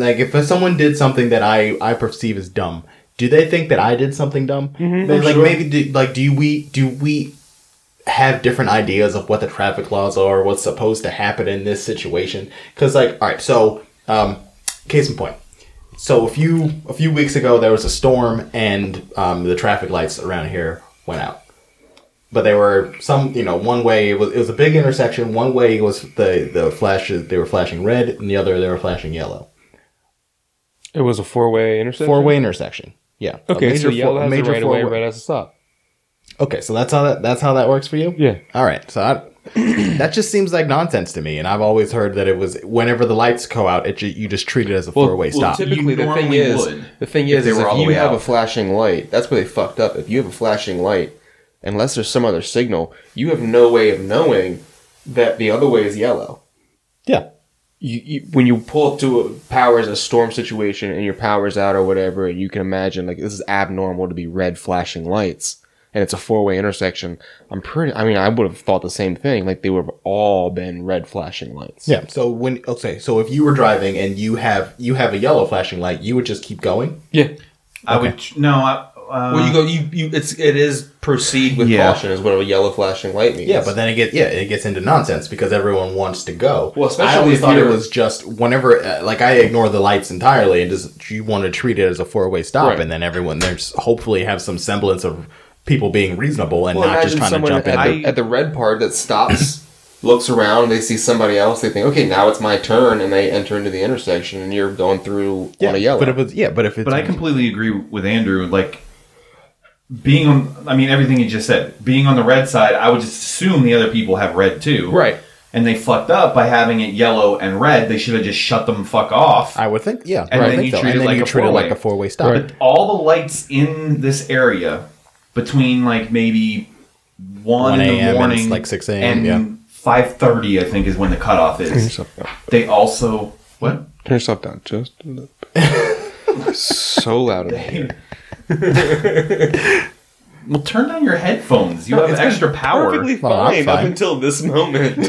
like, if someone did something that I I perceive as dumb, do they think that I did something dumb? They- like maybe do, like do you- we do we have different ideas of what the traffic laws are, what's supposed to happen in this situation? Because like, all right, so um, case in point. So a few a few weeks ago, there was a storm and um, the traffic lights around here went out. but they were some you know one way it was, it was a big intersection one way was the the flashes they were flashing red and the other they were flashing yellow it was a four-way intersection four way intersection yeah A okay so major yellow four- has major a right away four-way. red has a stop okay so that's how that that's how that works for you Yeah. all right so I, that just seems like nonsense to me and i've always heard that it was whenever the lights go out it ju- you just treat it as a four way stop Ah, typically You the thing normally is would, the thing if is, they is were all the if you way have a out. flashing light that's where they fucked up if you have a flashing light unless there's some other signal you have no way of knowing that the other way is yellow yeah you, you, when you pull up to a powers a storm situation and your powers out or whatever and you can imagine like this is abnormal to be red flashing lights and it's a four-way intersection i'm pretty i mean i would have thought the same thing like they would have all been red flashing lights yeah so when okay so if you were driving and you have you have a yellow flashing light you would just keep going yeah I would no. I, uh, well you go you, you it's it is proceed with Yeah. caution is what a yellow flashing light means Yeah, but then it gets yeah, it gets into nonsense because everyone wants to go. Well, especially I always if thought it you're- was just whenever uh, like I ignore the lights entirely and just you want to treat it as a four way stop, Right. and then everyone there's hopefully have some semblance of people being reasonable and Well, not just imagine trying to someone jump in. at, in. the, at the red part that stops, looks around, they see somebody else, they think, okay, now it's my turn, and they enter into the intersection, and you're going through yeah, on a yellow. but if it's yeah, but if it's But I completely agree with Andrew. Like being on, I mean, everything you just said. Being on the red side, I would just assume the other people have red too, Right. And they fucked up by having it yellow and red. They should have just shut them fuck off. I would think yeah, And I then think you so. treat and it then like you a treat it like four-way. a four way stop. But all the lights in this area between like maybe one, in 1 a.m. the and morning, it's, like, 6 a.m., and yeah. five thirty, I think, is when the cutoff is. They also what? Turn yourself down just a little bit. so loud in here. Well, turn down your headphones. You have extra power. Well, I'm fine. until this moment.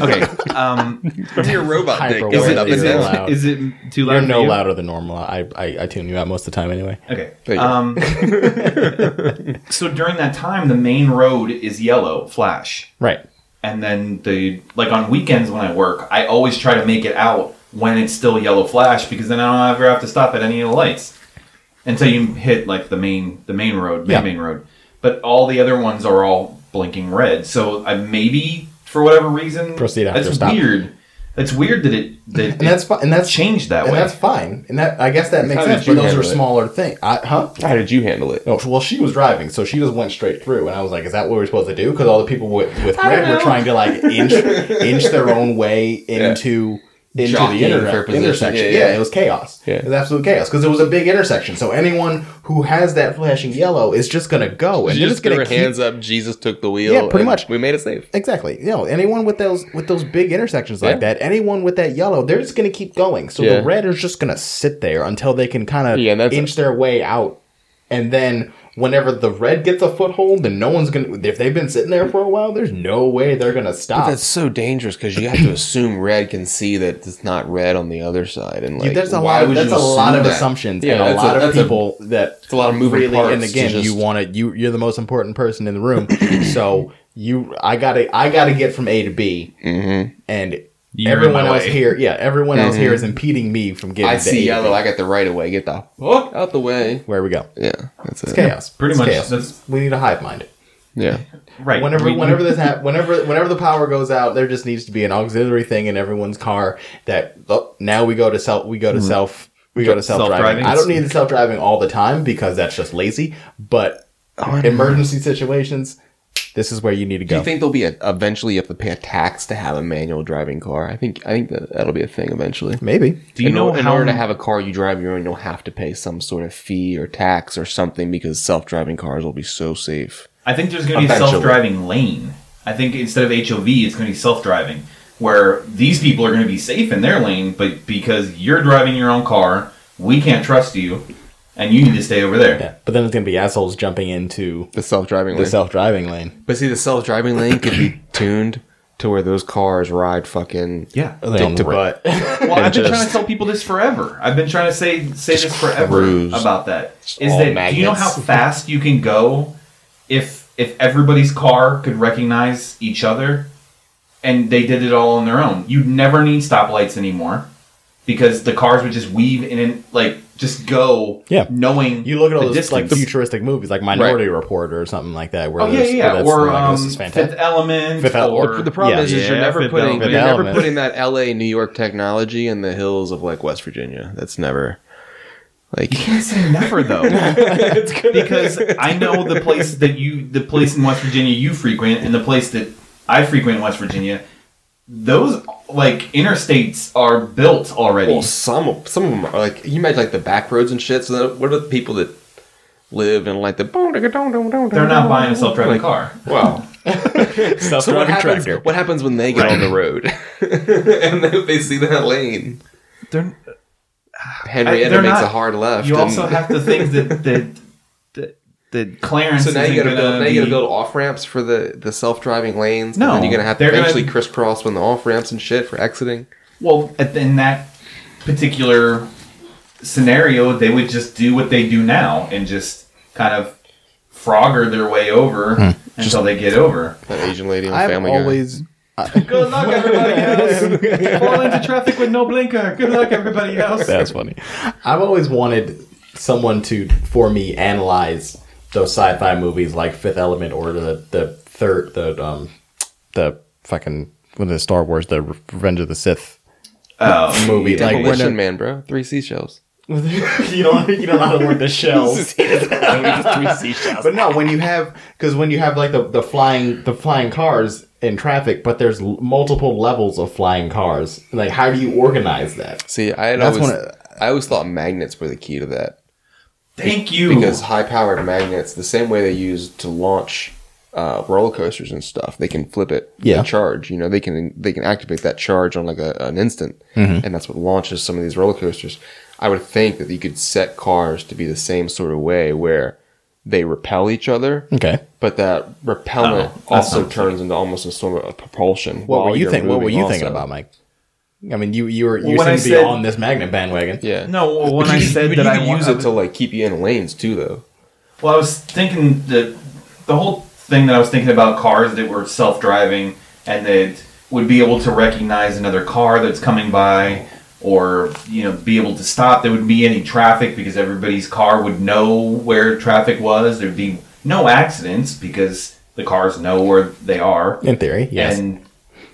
Okay. Um, From your robot dick Hyper going aware up that and you're down. loud. is it too loud? You're for no you? louder than normal. I, I I tune you out most of the time anyway. Okay. There you go. Um, so during that time, the main road is yellow flash, Right. and then the like on weekends when I work, I always try to make it out when it's still yellow flash because then I don't ever have to stop at any of the lights until you hit like the main the main road, main Yeah. main road. But all the other ones are all blinking red. So I maybe for whatever reason Proceed after, That's stop. weird. That's weird that it that And that's fine. And that's changed that and way. that's fine. And that I guess that makes did sense. you But those handle are it? smaller things. I, huh? How did you handle it? No, well, she was driving, so she just went straight through, and I was like, "Is that what we're supposed to do?" Because all the people with, with red were trying to like inch inch their own way into into Jockeying the inter- for position. intersection. Yeah, Yeah, yeah. it was chaos. Yeah. It was absolute chaos because it was a big intersection. So anyone who has that flashing yellow is just gonna go, and She they're just just threw gonna her keep hands up. Jesus took the wheel. Yeah, pretty and much. We made it safe. Exactly. You know, anyone with those with those big intersections like Yeah. that, anyone with that yellow, they're just gonna keep going. So Yeah. the red is just gonna sit there until they can kind of Yeah, and that's- inch their way out, and then whenever the red gets a foothold, then no one's gonna. If they've been sitting there for a while, there's no way they're gonna stop. That's so dangerous because you have to assume red can see that it's not red on the other side, and like Dude, that's a why lot. Of, would that's you a lot assume of that? assumptions, Yeah, and a that's lot a- of that's a- people that It's a lot of moving really parts. and to again just- you want to you you're the most important person in the room so you i gotta i gotta get from a to b Mm-hmm. and You're in everyone my else way. here yeah everyone else here is impeding me from getting I to see A to yellow. B. I got the right of way. Get the fuck out the way. where we go Yeah, that's it. it's chaos Pretty It's much, chaos. that's- we need a hive mind Yeah, right. whenever We- whenever this hap- whenever whenever the power goes out there just needs to be an auxiliary thing in everyone's car that oh, now we go to self we go to self we go to self Mm-hmm. Self-driving. driving. I don't need the self driving all the time because that's just lazy, but Oh, emergency situations this is where you need to do go. you think there'll be a eventually you have to pay a tax to have a manual driving car? I think I think that that'll be a thing eventually. Maybe. do you in, know or- in how order to have a car you drive your own, you'll have to pay some sort of fee or tax or something because self-driving cars will be so safe. I think there's going to be a Eventually. self-driving lane. I think instead of HOV, it's going to be self-driving, where these people are going to be safe in their lane, but because you're driving your own car, we can't trust you, and you need to stay over there. Yeah. But then it's gonna be assholes jumping into The self-driving the lane. self driving lane. but see, the self-driving lane could be tuned to where those cars ride fucking Yeah. They on the butt. Well, I've been trying just- to tell people this forever. I've been trying to say say this forever cruise. about that. Is all that do you know how magnets. fast you can go if if everybody's car could recognize each other and they did it all on their own? You'd never need stoplights anymore because the cars would just weave in and like just go Yeah. knowing You look at all the those like distance. futuristic movies like Minority Report or something like that where Oh yeah, there's- where yeah, yeah. that's or like, um, this is Fifth fantastic. Element, Fifth Ele- or The problem Yeah. is, is you're Yeah, never Fifth putting Element. you're never Element. putting that L.A. New York technology in the hills of like West Virginia. That's never like can't say never though, because I know the place that you, the place in West Virginia you frequent, and the place that I frequent in West Virginia. Those like interstates are built already. Well, some of- some of them are like you imagine like the back roads and shit. So then what are the people that live in like the They're they're not buying a self-driving car. Wow. So what happens? What happens when they get on the road and they, they see that lane? They're, Henrietta they're makes not- a hard left. you and- also have to think that that that, that Clarence. so now isn't you gotta build gonna now you gotta be- build off ramps for the, the self driving lanes. No, and then you're gonna have to they're gonna- eventually crisscross on the off ramps and shit for exiting. Well, at the- in that particular scenario, they would just do what they do now and just kind of frogger their way over Hmm. until they get over. That Asian lady on I've Family always Good luck, everybody else. Fall into traffic with no blinker. Good luck, everybody else. That's funny. I've always wanted someone to, for me, analyze those sci-fi movies like Fifth Element or the the third the um the fucking with the Star Wars the Revenge of the Sith Oh, movie. Guy. Like when Demolition a- Man, bro. Three seashells. you don't you don't know how to work the shells. but no, when you have because when you have like the, the flying the flying cars in traffic, but there's l- multiple levels of flying cars. Like how do you organize that? See, I had That's always when it- I always thought magnets were the key to that. thank you. because high powered magnets, the same way they use to launch uh, roller coasters and stuff, they can flip it. Yeah. the charge. You know, they can they can activate that charge on like a, an instant, Mm-hmm. and that's what launches some of these roller coasters. I would think that you could set cars to be the same sort of way where they repel each other. Okay. But that repellent Oh, that also sounds turns into almost a sort of propulsion. What while were you you're think? What were moving you also. thinking about, Mike? I mean, you you were you When I seem to be said- on this magnet bandwagon. Yeah. no, well, when But I you- said but that you I could want- use I it was- to like keep you in lanes too, though. Well, I was thinking that the whole thing that I was thinking about cars that were self-driving and that would be able to recognize another car that's coming by, or you know, be able to stop. There wouldn't be any traffic because everybody's car would know where traffic was. There'd be no accidents because the cars know where they are In theory, yes. and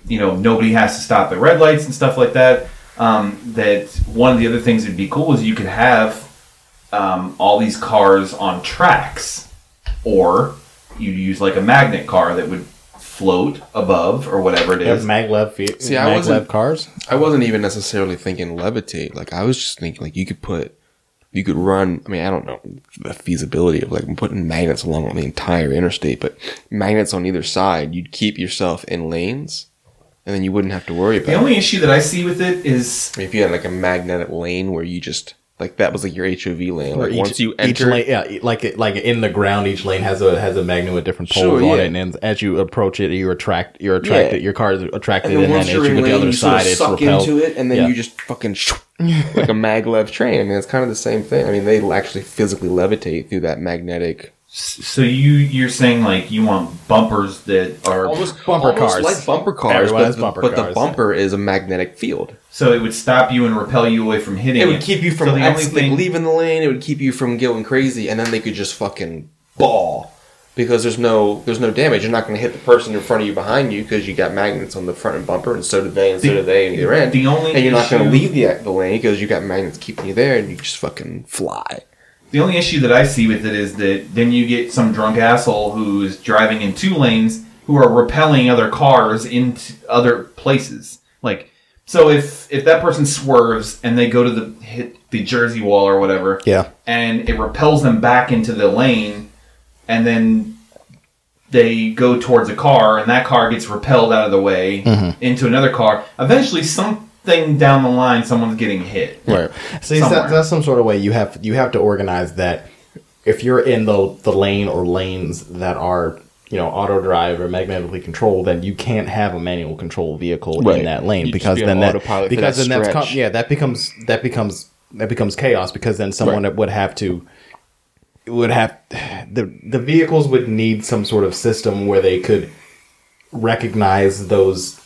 you know nobody has to stop at red lights and stuff like that. Um, that one of the other things that'd be cool is you could have um, all these cars on tracks, or you'd use like a magnet car that would float above or whatever it They have is. maglev, fe- See, I maglev wasn't- cars. I wasn't even necessarily thinking levitate. Like I was just thinking like you could put you could run I mean, I don't know the feasibility of like putting magnets along the entire interstate, but magnets on either side, you'd keep yourself in lanes and then you wouldn't have to worry about The only issue that I see with it is I mean, if you had like a magnetic lane where you just like that was like your HOV lane. Where Like each- once you each enter lane, yeah, e- like it- like in the ground, each lane has a has a magnet with different poles Sure, on yeah. it, and then as you approach it, you're attracted, you're attracted, Yeah. your car is attracted, and, and then then once as you're you in go the lane, other you sort of side, it's suck repelled. into it, and then Yeah. you just fucking shoo, like a maglev train. I mean, it's kind of the same thing. I mean, they actually physically levitate through that magnetic, so you you're saying like you want bumpers that are almost bumper cars. like bumper cars. Everyone but has the, bumper but the cars. bumper is a magnetic field. so it would stop you and repel you away from hitting. It would keep you So from the only accidentally thing leaving the lane. It would keep you from going crazy, and then they could just fucking ball because there's no there's no damage. You're not going to hit the person in front of you, behind you, because you got magnets on the front and bumper, and so do they, and so The- do they, and either end. the only and you're not going to issue- leave the the lane because you got magnets keeping you there, and you just fucking fly. The only issue that I see with it is that then you get some drunk asshole who's driving in two lanes who are repelling other cars into other places. Like, so if if that person swerves and they go to the hit the Jersey wall or whatever, Yeah. and it repels them back into the lane, and then they go towards a car and that car gets repelled out of the way Mm-hmm. into another car. Eventually, something down the line, someone's getting hit. Right. So it's- Somewhere. that, that's some sort of way you have you have to organize that. If you're in the the lane or lanes that are you know auto drive or magnetically controlled, then you can't have a manual control vehicle Right. in that lane You'd just because be on then that autopilot for because that then that's com- stretch. yeah that becomes that becomes that becomes chaos because then someone would have to would have the the vehicles would need some sort of system where they could recognize those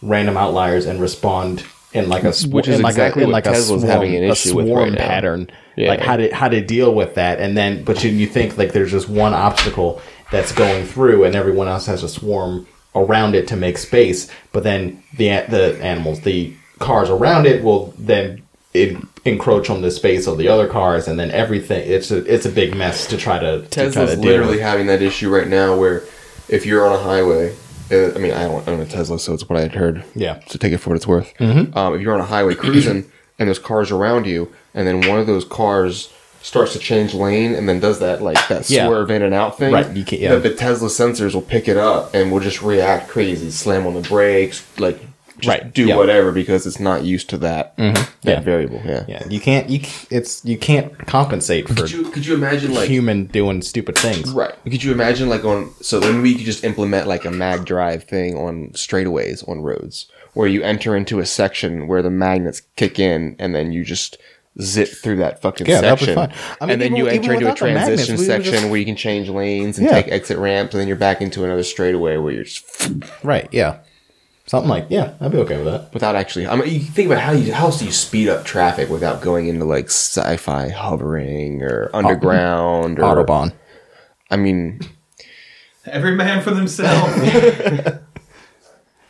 random outliers and respond in like a sw- Which is in like exactly a, in what like a Tesla's swarm, having an a issue with swarm right now. pattern Yeah. like how to how to deal with that and then but you, you think like there's just one obstacle that's going through and everyone else has a swarm around it to make space but then the a- the animals the cars around it will then en- encroach on the space of the other cars and then everything it's a it's a big mess to try to, to, try to Tesla's deal literally with. having that issue right now where if you're on a highway, uh, I mean, I don't own a Tesla, so it's what I had heard. Yeah. Mm-hmm. So take it for what it's worth. Um, if you're on a highway cruising and there's cars around you, and then one of those cars starts to change lane and then does that like that Yeah. swerve in and out thing Right, you can't- yeah. the, the tesla sensors will pick it up and will just react crazy slam on the brakes like just Right, do yeah. Mm-hmm. whatever because it's not used to that that yeah. variable yeah yeah you can't you c- it's you can't compensate for could you could you imagine like human doing stupid things Right. Could you imagine like on so then we could just implement like a mag drive thing on straightaways on roads where you enter into a section where the magnets kick in and then you just zip through that fucking Yeah, that'd be section. fun. I mean, and then even- you even enter into a without the magnets, transition we would section just- where you can change lanes and Yeah. take exit ramps and then you're back into another straightaway where you're just right yeah something like yeah i'd be okay with that without actually I mean you think about how you how else do you speed up traffic without going into like sci-fi hovering or underground or Uh, autobahn I mean Every man for themselves.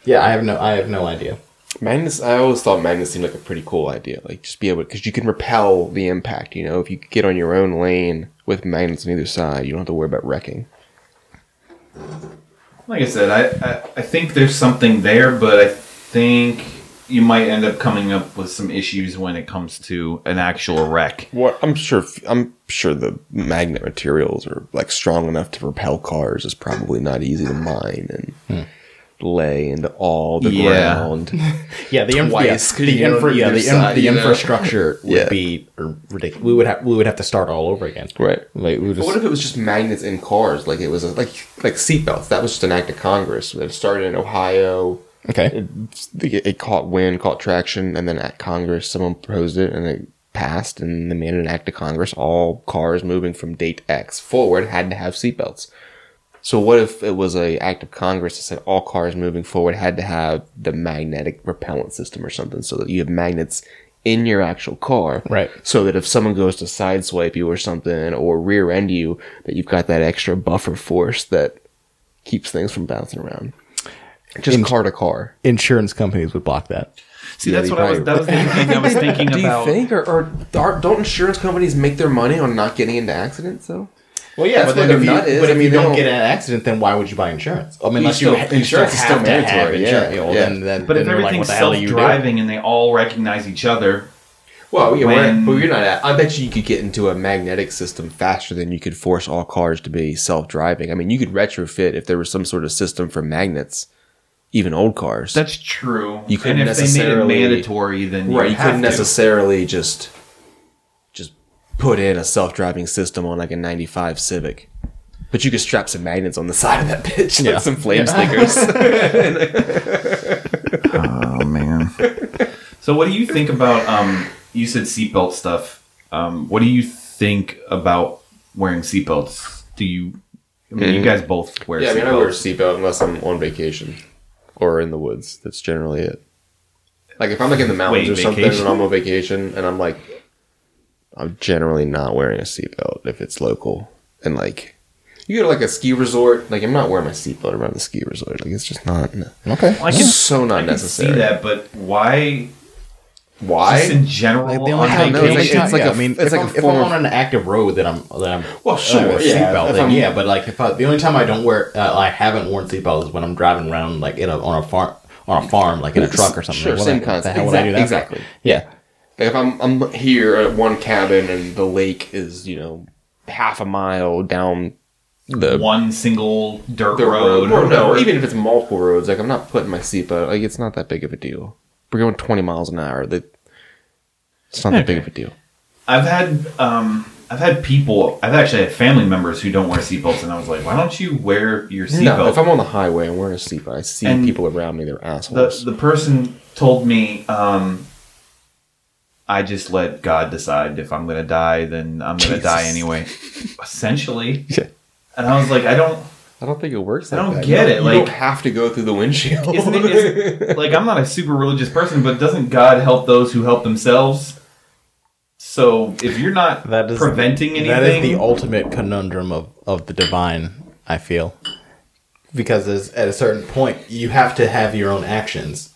yeah i have no i have no idea Magnets, I always thought magnets seemed like a pretty cool idea. Like, just be able, because you can repel the impact, you know? If you could get on your own lane with magnets on either side, you don't have to worry about wrecking. Like I said, I, I, I think there's something there, but I think you might end up coming up with some issues when it comes to an actual wreck. What I'm sure, I'm sure the magnet materials are like strong enough to repel cars is probably not easy to mine and lay into all the Yeah. ground. yeah the, inf- yeah, Twice, 'cause the, you don't infra- need yeah, your the, in- side, the you know? infrastructure would Yeah. be ridiculous we would have we would have to start all over again right. like we would But just what if it was just magnets in cars? Like it was a, like like seatbelts. That was just an act of Congress that started in Ohio. okay it, it caught wind, caught traction, and then at Congress, someone proposed it and it passed, and they made an act of Congress. All cars moving from date X forward had to have seatbelts. So what if it was a act of Congress that said all cars moving forward had to have the magnetic repellent system or something, so that you have magnets in your actual car, Right. So that if someone goes to sideswipe you or something or rear end you, that you've got that extra buffer force that keeps things from bouncing around. Just car to car. Insurance companies would block that. See, Yeah, that's they what I was. That was the thing I was thinking Do you about. think, or, or are, don't insurance companies make their money on not getting into accidents though? Well, yeah, That's but, what then a if nut you, is. but I if mean, you they don't don't- get in an accident, then why would you buy insurance? I mean, unless still- you, you still insurance is still have to have mandatory, yeah, insurance. yeah. Well, then, then, But then if they're like, everything's what the hell are you doing? self-driving and they all recognize each other, Well, yeah, When- we're, well, you're not. At, I bet you you could get into a magnetic system faster than you could force all cars to be self-driving. I mean, you could retrofit if there was some sort of system for magnets, even old cars. that's true. You couldn't and if necessarily- they made it mandatory, then you right. You have couldn't to. necessarily just just put in a self-driving system on like a '95 Civic, but you could strap some magnets on the side of that bitch and some flame stickers. Oh man. So, what do you think about? Um, you said seatbelt stuff. Um, what do you think about wearing seatbelts? Do you? I mean, you guys both wear yeah, I mean, I wear a seatbelts. seatbelt unless I'm on vacation or in the woods. That's generally it. Like if I'm like in the mountains Wait, or something vacation? and I'm on vacation and I'm like, I'm generally not wearing a seatbelt if it's local and like. You go to like a ski resort, like I'm not wearing my seatbelt around the ski resort. Like it's just not Okay. I can, so not I can see necessary. that, but why? Just Why? in general, Like, they on only I have don't know, it's like- vacation- it's like yeah, a- I mean, it's if, like I'm, a if I'm form of- on an active road that I'm that I'm Well, sure, uh, yeah, seatbelt if thing, I'm- yeah, but like if I, the only time I don't wear uh, I haven't worn seatbelt is when I'm driving around like in a on a farm on a farm like in a truck or something. Sure, Like, what same the- concept. The hell would I do that for? Exactly. Yeah. Like if I'm I'm here at one cabin and the lake is you know half a mile down the one single dirt the road, road. or Or no, whatever. even if it's multiple roads, like I'm not putting my seatbelt. Like it's not that big of a deal. We're going 20 miles an hour. That it's not that big of a deal. I've had um, I've had people. I've actually had family members who don't wear seatbelts, and I was like, why don't you wear your No, seatbelt? if I'm on the highway and wearing a seatbelt, I see And people around me. They're the assholes. the person told me um, I just let God decide if I'm gonna die, then I'm gonna die anyway. Essentially, Yeah. and I was like, I don't. I don't think it works. I like don't that. get You it, don't- like- you don't have to go through the windshield. Isn't it, isn't, like I'm not a super religious person, but doesn't God help those who help themselves? So if you're not That is preventing anything, That is the ultimate conundrum of of the divine. I feel because there's- at a certain point you have to have your own actions,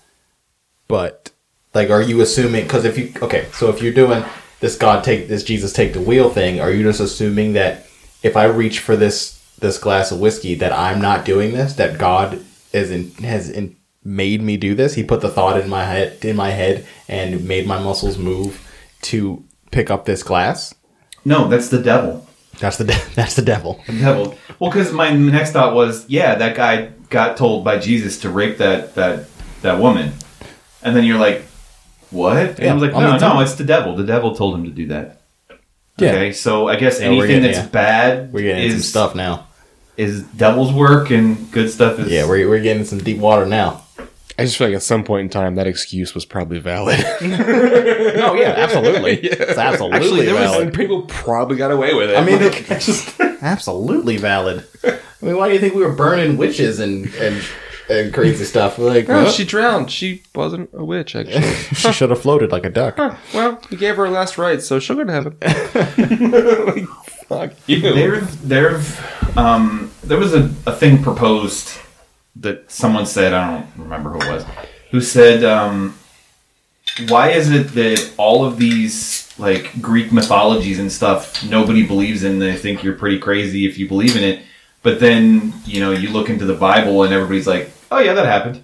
but like, are you assuming? Because if you okay, so if you're doing this God take this Jesus take the wheel thing, are you just assuming that if I reach for this this glass of whiskey that I'm not doing this, that God is in, has in, made me do this? He put the thought in my head in my head and made my muscles move to pick up this glass. no, that's the devil. That's the de- that's the devil. Devil. Well, because my next thought was, yeah, that guy got told by Jesus to rape that that that woman, and then you're like, what? And I was like, Yeah, I no, mean, no, too. it's the devil. The devil told him to do that. Yeah. Okay, so I guess Yeah, we're anything getting- that's yeah. bad We're getting is some stuff now. is devil's work, and good stuff is Yeah, we're, we're getting some deep water now. I just feel like at some point in time that excuse was probably valid. Oh yeah, absolutely. It's absolutely valid. people probably got away with it. I mean, it's absolutely valid. I mean, why do you think we were burning witches and and, and crazy stuff? Like, No, well, she drowned. She wasn't a witch, actually. she should have floated like a duck. well, we gave her her last rites, so she'll go to heaven. like, fuck you. There, there, um, there was a, a thing proposed that someone said. I don't remember who it was. Who said, um, "Why is it that all of these like Greek mythologies and stuff nobody believes in? They think you're pretty crazy if you believe in it. But then you know you look into the Bible and everybody's like, "Oh yeah, that happened."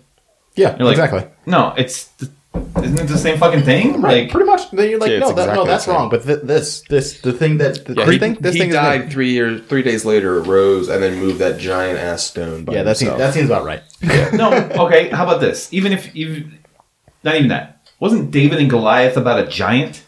Yeah, You're like, exactly. No, it's th- isn't it the same fucking thing? Right, Like pretty much. Then you're like, Yeah, it's no, that, exactly no, the that's same. wrong. But th- this, this, the thing that the, this he, thing, this he thing is died like- three years, three days later, rose and then moved that giant ass stone. By yeah, that seems, himself. that seems about right. no, okay. How about this? Even if you, not even that. Wasn't David and Goliath about a giant?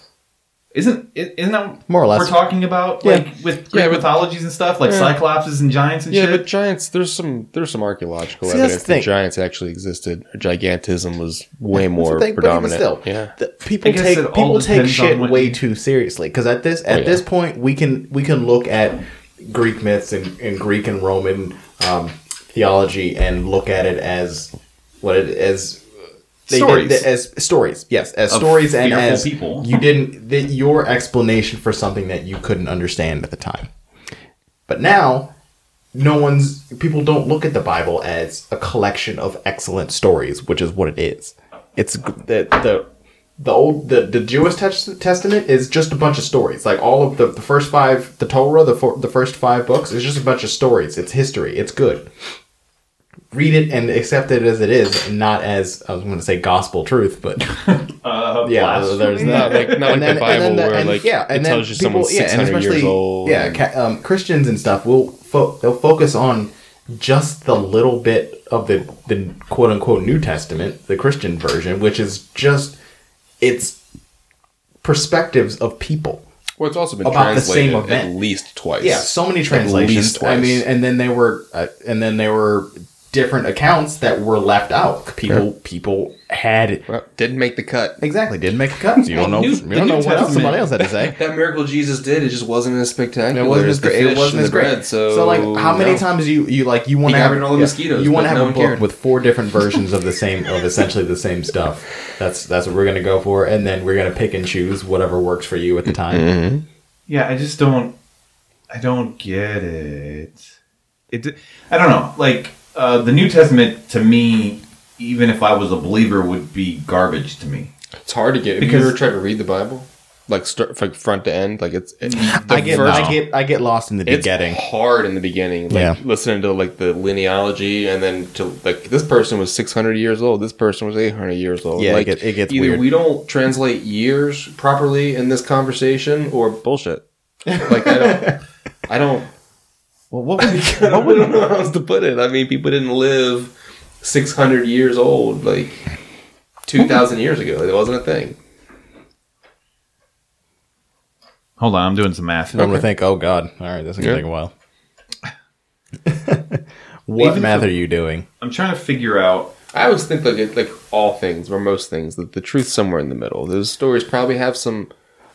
Isn't i- isn't that More or less. we're talking about? Like with Greek Yeah, but- mythologies and stuff, like cyclopses and giants and Yeah, shit. but giants. There's some. There's some archaeological See, that's evidence the thing. that giants actually existed. Gigantism was way That's more the thing, predominant. But even still, yeah. the- people I guess take it all people take depends on shit what way you- too seriously. Because at this at yeah. this point, we can we can look at Greek myths and, and Greek and Roman um, theology and look at it as what it as they Stories. did, as stories. Yes, as Of stories and fearful as people. you didn't that your explanation for something that you couldn't understand at the time. But now no one's people don't look at the Bible as a collection of excellent stories, which is what it is. It's g- the the the old the, the Jewish tes- testament is just a bunch of stories. Like all of the, the first five, the Torah, the four, the first five books is just a bunch of stories. It's history. It's good. Read it and accept it as it is, and not as I was going to say gospel truth, but yeah, there's that. Not like- not like the Bible where, and, like, yeah, it and tells you then people, someone's yeah, and 600 years especially old yeah, and- ca- um, Christians and stuff will fo- they'll focus on just the little bit of the the quote unquote New Testament, the Christian version, which is just it's perspectives of people. Well, it's also been About the translated same event. at least twice. Yeah, so many least translations. I twice. mean, and then they were, uh, and then they were different accounts that were left out. People, people had it. Well, didn't make the cut. Exactly, didn't make a cut. You don't know. New- you the don't know New what else Testament. somebody else had to say. That miracle Jesus did, it just wasn't as spectacular. It wasn't as the great. fish It wasn't and as the great. bread, so so like, how many no. times you you like you want to got have rid of all the yeah, mosquitoes, You want to have but no a one book cared. with four different versions of the same of essentially the same stuff. That's that's what we're gonna go for, and then we're gonna pick and choose whatever works for you at the time. Mm-hmm. Yeah, I just don't. I don't get it. It. I don't know. Like uh, the New Testament to me, even if I was a believer, would be garbage to me. It's hard to get. Have Because- you ever tried to read the Bible? Like start like front to end, like it's it, the I get first- I get I get lost in the it's begetting. hard in the beginning. Like Yeah. listening to like the lineology, and then to like this person was six hundred years old. This person was eight hundred years old. Yeah, it like get- it gets either weird. we don't translate years properly in this conversation, or bullshit. Like I don't, I don't Well, what would what would know how else to put it? I mean, people didn't live 600 years old like 2,000 years ago. It wasn't a thing. Hold on, I'm doing some math. I'm gonna think? Oh God! All right, this is gonna Yeah. take a while. what Even math are you doing? I'm trying to figure out. I always think like it, like all things or most things that the truth's somewhere in the middle. Those stories probably have some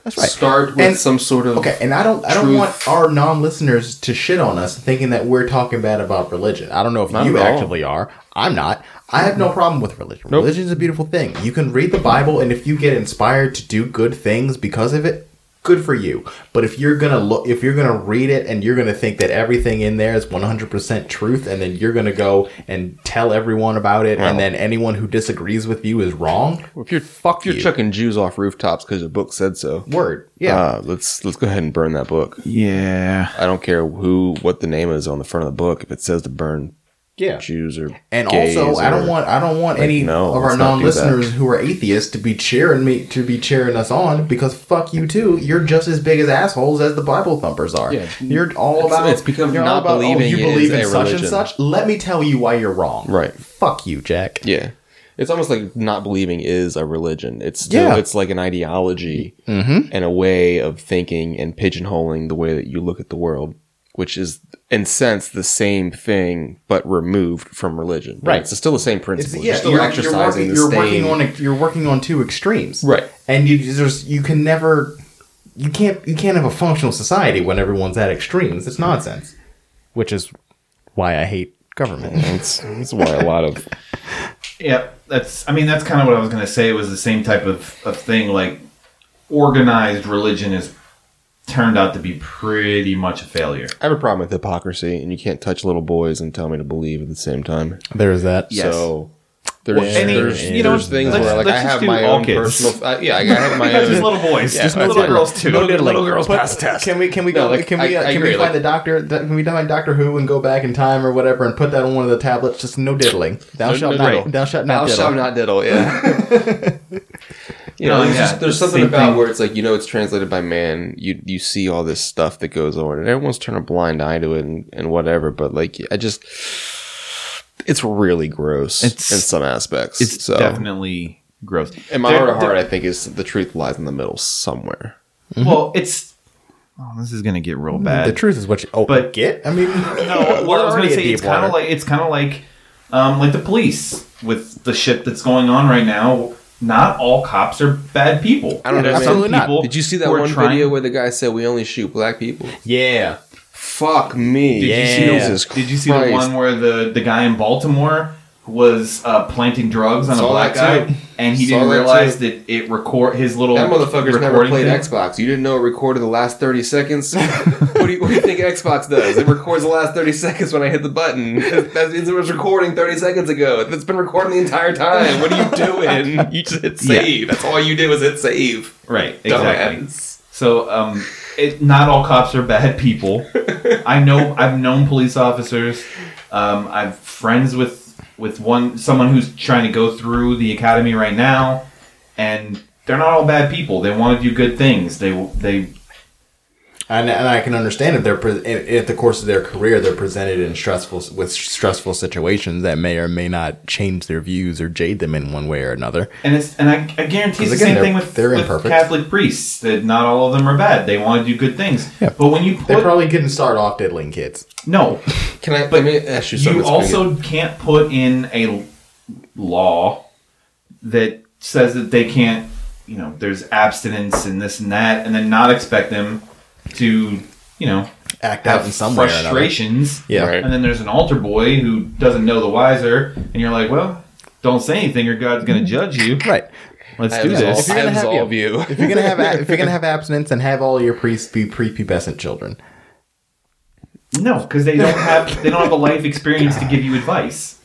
right. start with And- some sort of Okay, and I don't I don't Truth. want our non-listeners to shit on us thinking that we're talking bad about religion. I don't know if Not you at all. actively are. I'm not. I have no problem with religion. Nope. Religion is a beautiful thing. You can read the Bible and if you get inspired to do good things because of it, good for you. But if you're going to look if you're going to read it and you're going to think that everything in there is 100% truth and then you're going to go and tell everyone about it and then anyone who disagrees with you is wrong, If you're fuck you're you. chucking Jews off rooftops because your book said so. word. Yeah. Uh, let's let's go ahead and burn that book. Yeah. I don't care who what the name is on the front of the book. If it says to burn yeah. Jews or And gays also, I or- don't want I don't want any no, of our let's not do non-listeners who are atheists to be cheering me to be cheering us on because fuck you too. You're just as big as assholes as the Bible thumpers are. You're all It's- about it's become you're all not about, oh, believing you is believe in a such and religion. such. Let me tell you why you're wrong. Right. Fuck you, Jack. Yeah. It's almost like not believing is a religion. It's still, Yeah. Mm-hmm. it's like an ideology and a way of thinking and pigeonholing the way that you look at the world, which is in sense the same thing but removed from religion. Right. It's still the same It's, principle. yeah, still you're, you're working, the you're same- working on a, you're working on two extremes. Right. And you there's you can never you can't you can't have a functional society when everyone's at extremes. It's nonsense. Which is why I hate government. That's, that's why a lot of Yeah, that's. I mean, that's kind of what I was gonna say. It was the same type of, of thing. Like organized religion is turned out to be pretty much a failure. I have a problem with hypocrisy, and you can't touch little boys and tell me to believe at the same time. There's that. So there's any- there's, you know, there's things let's- where like let's I just have do my all own kids. personal. I, yeah, I have my own. Just little boys, Yeah, just that's little fine. girls too. No diddling. little girls But pass the test. Can we can we No, go, like, can I- we uh, I can agree, we find like- the doctor th- can we find Doctor Who and go back in time or whatever and put that on one of the tablets? Just no diddling. Thou No- shalt no not. diddle. Thou shalt not. Thou diddle. shalt not diddle. Yeah. you know, No, there's, yeah, just- there's it's the something same about thing. where it's like you know it's translated by man. You you see all this stuff that goes on, and everyone's turning a blind eye to it and, and whatever. But like I just, it's really gross It's- in some aspects. It's so definitely gross. in my There- heart of heart, there- I think is the truth lies in the middle somewhere. Mm-hmm. Well, it's. Oh, this is gonna get real Mm, bad. The truth is what you. Oh, But- get. I mean, no, we're well, I was gonna already at say deep it's kind water. of like it's kind of like um, like the police with the shit that's going on right now. Not all cops are bad people. I don't know, There's man. Absolutely not. people Did you see that who are one trying- video where the guy said we only shoot black people? yeah. Fuck me. Did you Yeah. see the- Jesus Did you see the Christ. one where the the guy in Baltimore was uh, planting drugs on Saw a black that guy, too. and he Saw didn't that realize too. that it record his little That motherfucker's never recording played thing. Xbox. You didn't know it recorded the last 30 seconds? what, do you, what do you think Xbox does? It records the last 30 seconds when I hit the button. That means it was recording 30 seconds ago. It's been recording the entire time. What are you doing? You just hit save. That's all you did was hit save. Right, exactly. Dumbass. So, um, it, not all cops are bad people. I know I've known police officers. Um, I'm friends with with one someone who's trying to go through the academy right now, and they're not all bad people. They want to do good things. They they and, and I can understand if they're pre- in- at the course of their career they're presented in stressful with stressful situations that may or may not change their views or jade them in one way or another. and it's and I, I guarantee it's 'Cause the again, same they're- thing with, they're with imperfect. Catholic priests. That not all of them are bad. They want to do good things. Yeah. But when you They put probably couldn't start off diddling kids. no, Can I But let me ask you something? you also can't put in a l- law that says that they can't you know there's abstinence and this and that and then not expect them to you know Act out in have some way or another. frustrations Yeah. Right. and then there's an altar boy who doesn't know the wiser and you're like well don't say anything or god's Mm-hmm. gonna judge you Right. let's I do absolve- this I absolve you. If you're gonna have a- if you're gonna have abstinence and have all your priests be prepubescent children, no because they don't have they don't have a life experience to give you advice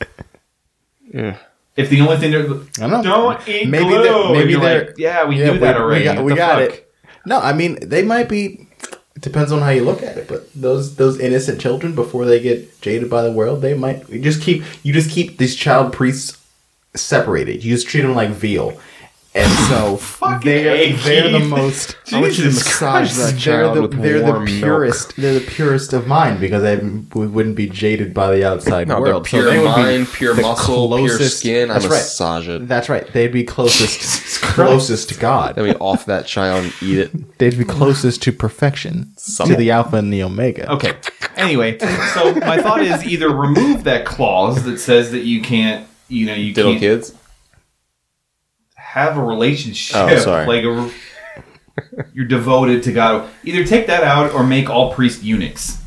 Yeah. if the only thing they're I don't know. don't eat Maybe glue. they're- maybe And you're they're- like, yeah, we Yeah, do that we- already. We got, What we the got fuck? it. No, I mean they might be. Depends on how you look at it, but those those innocent children before they get jaded by the world, they might you just keep you just keep these child priests separated. You just treat them like veal, and so they A, are they're the Keith. most. I want you to Jesus massage Christ, that they're child the with they're the warm milk. purest they're the purest of mind because they we wouldn't be jaded by the outside No, they're world. pure they would be mind, pure the muscle, pure closest- skin. I That's right. massage it. That's right. They'd be closest closest to God. Then we off that child and eat it. They'd be closest to perfection, to the alpha and the omega. Oh, Okay. Anyway, so my thought is either remove that clause that says that you can't, you know, you Diddle can't kids. have a relationship. Oh, sorry. Like a, re- you're devoted to God. Either take that out or make all priests eunuchs.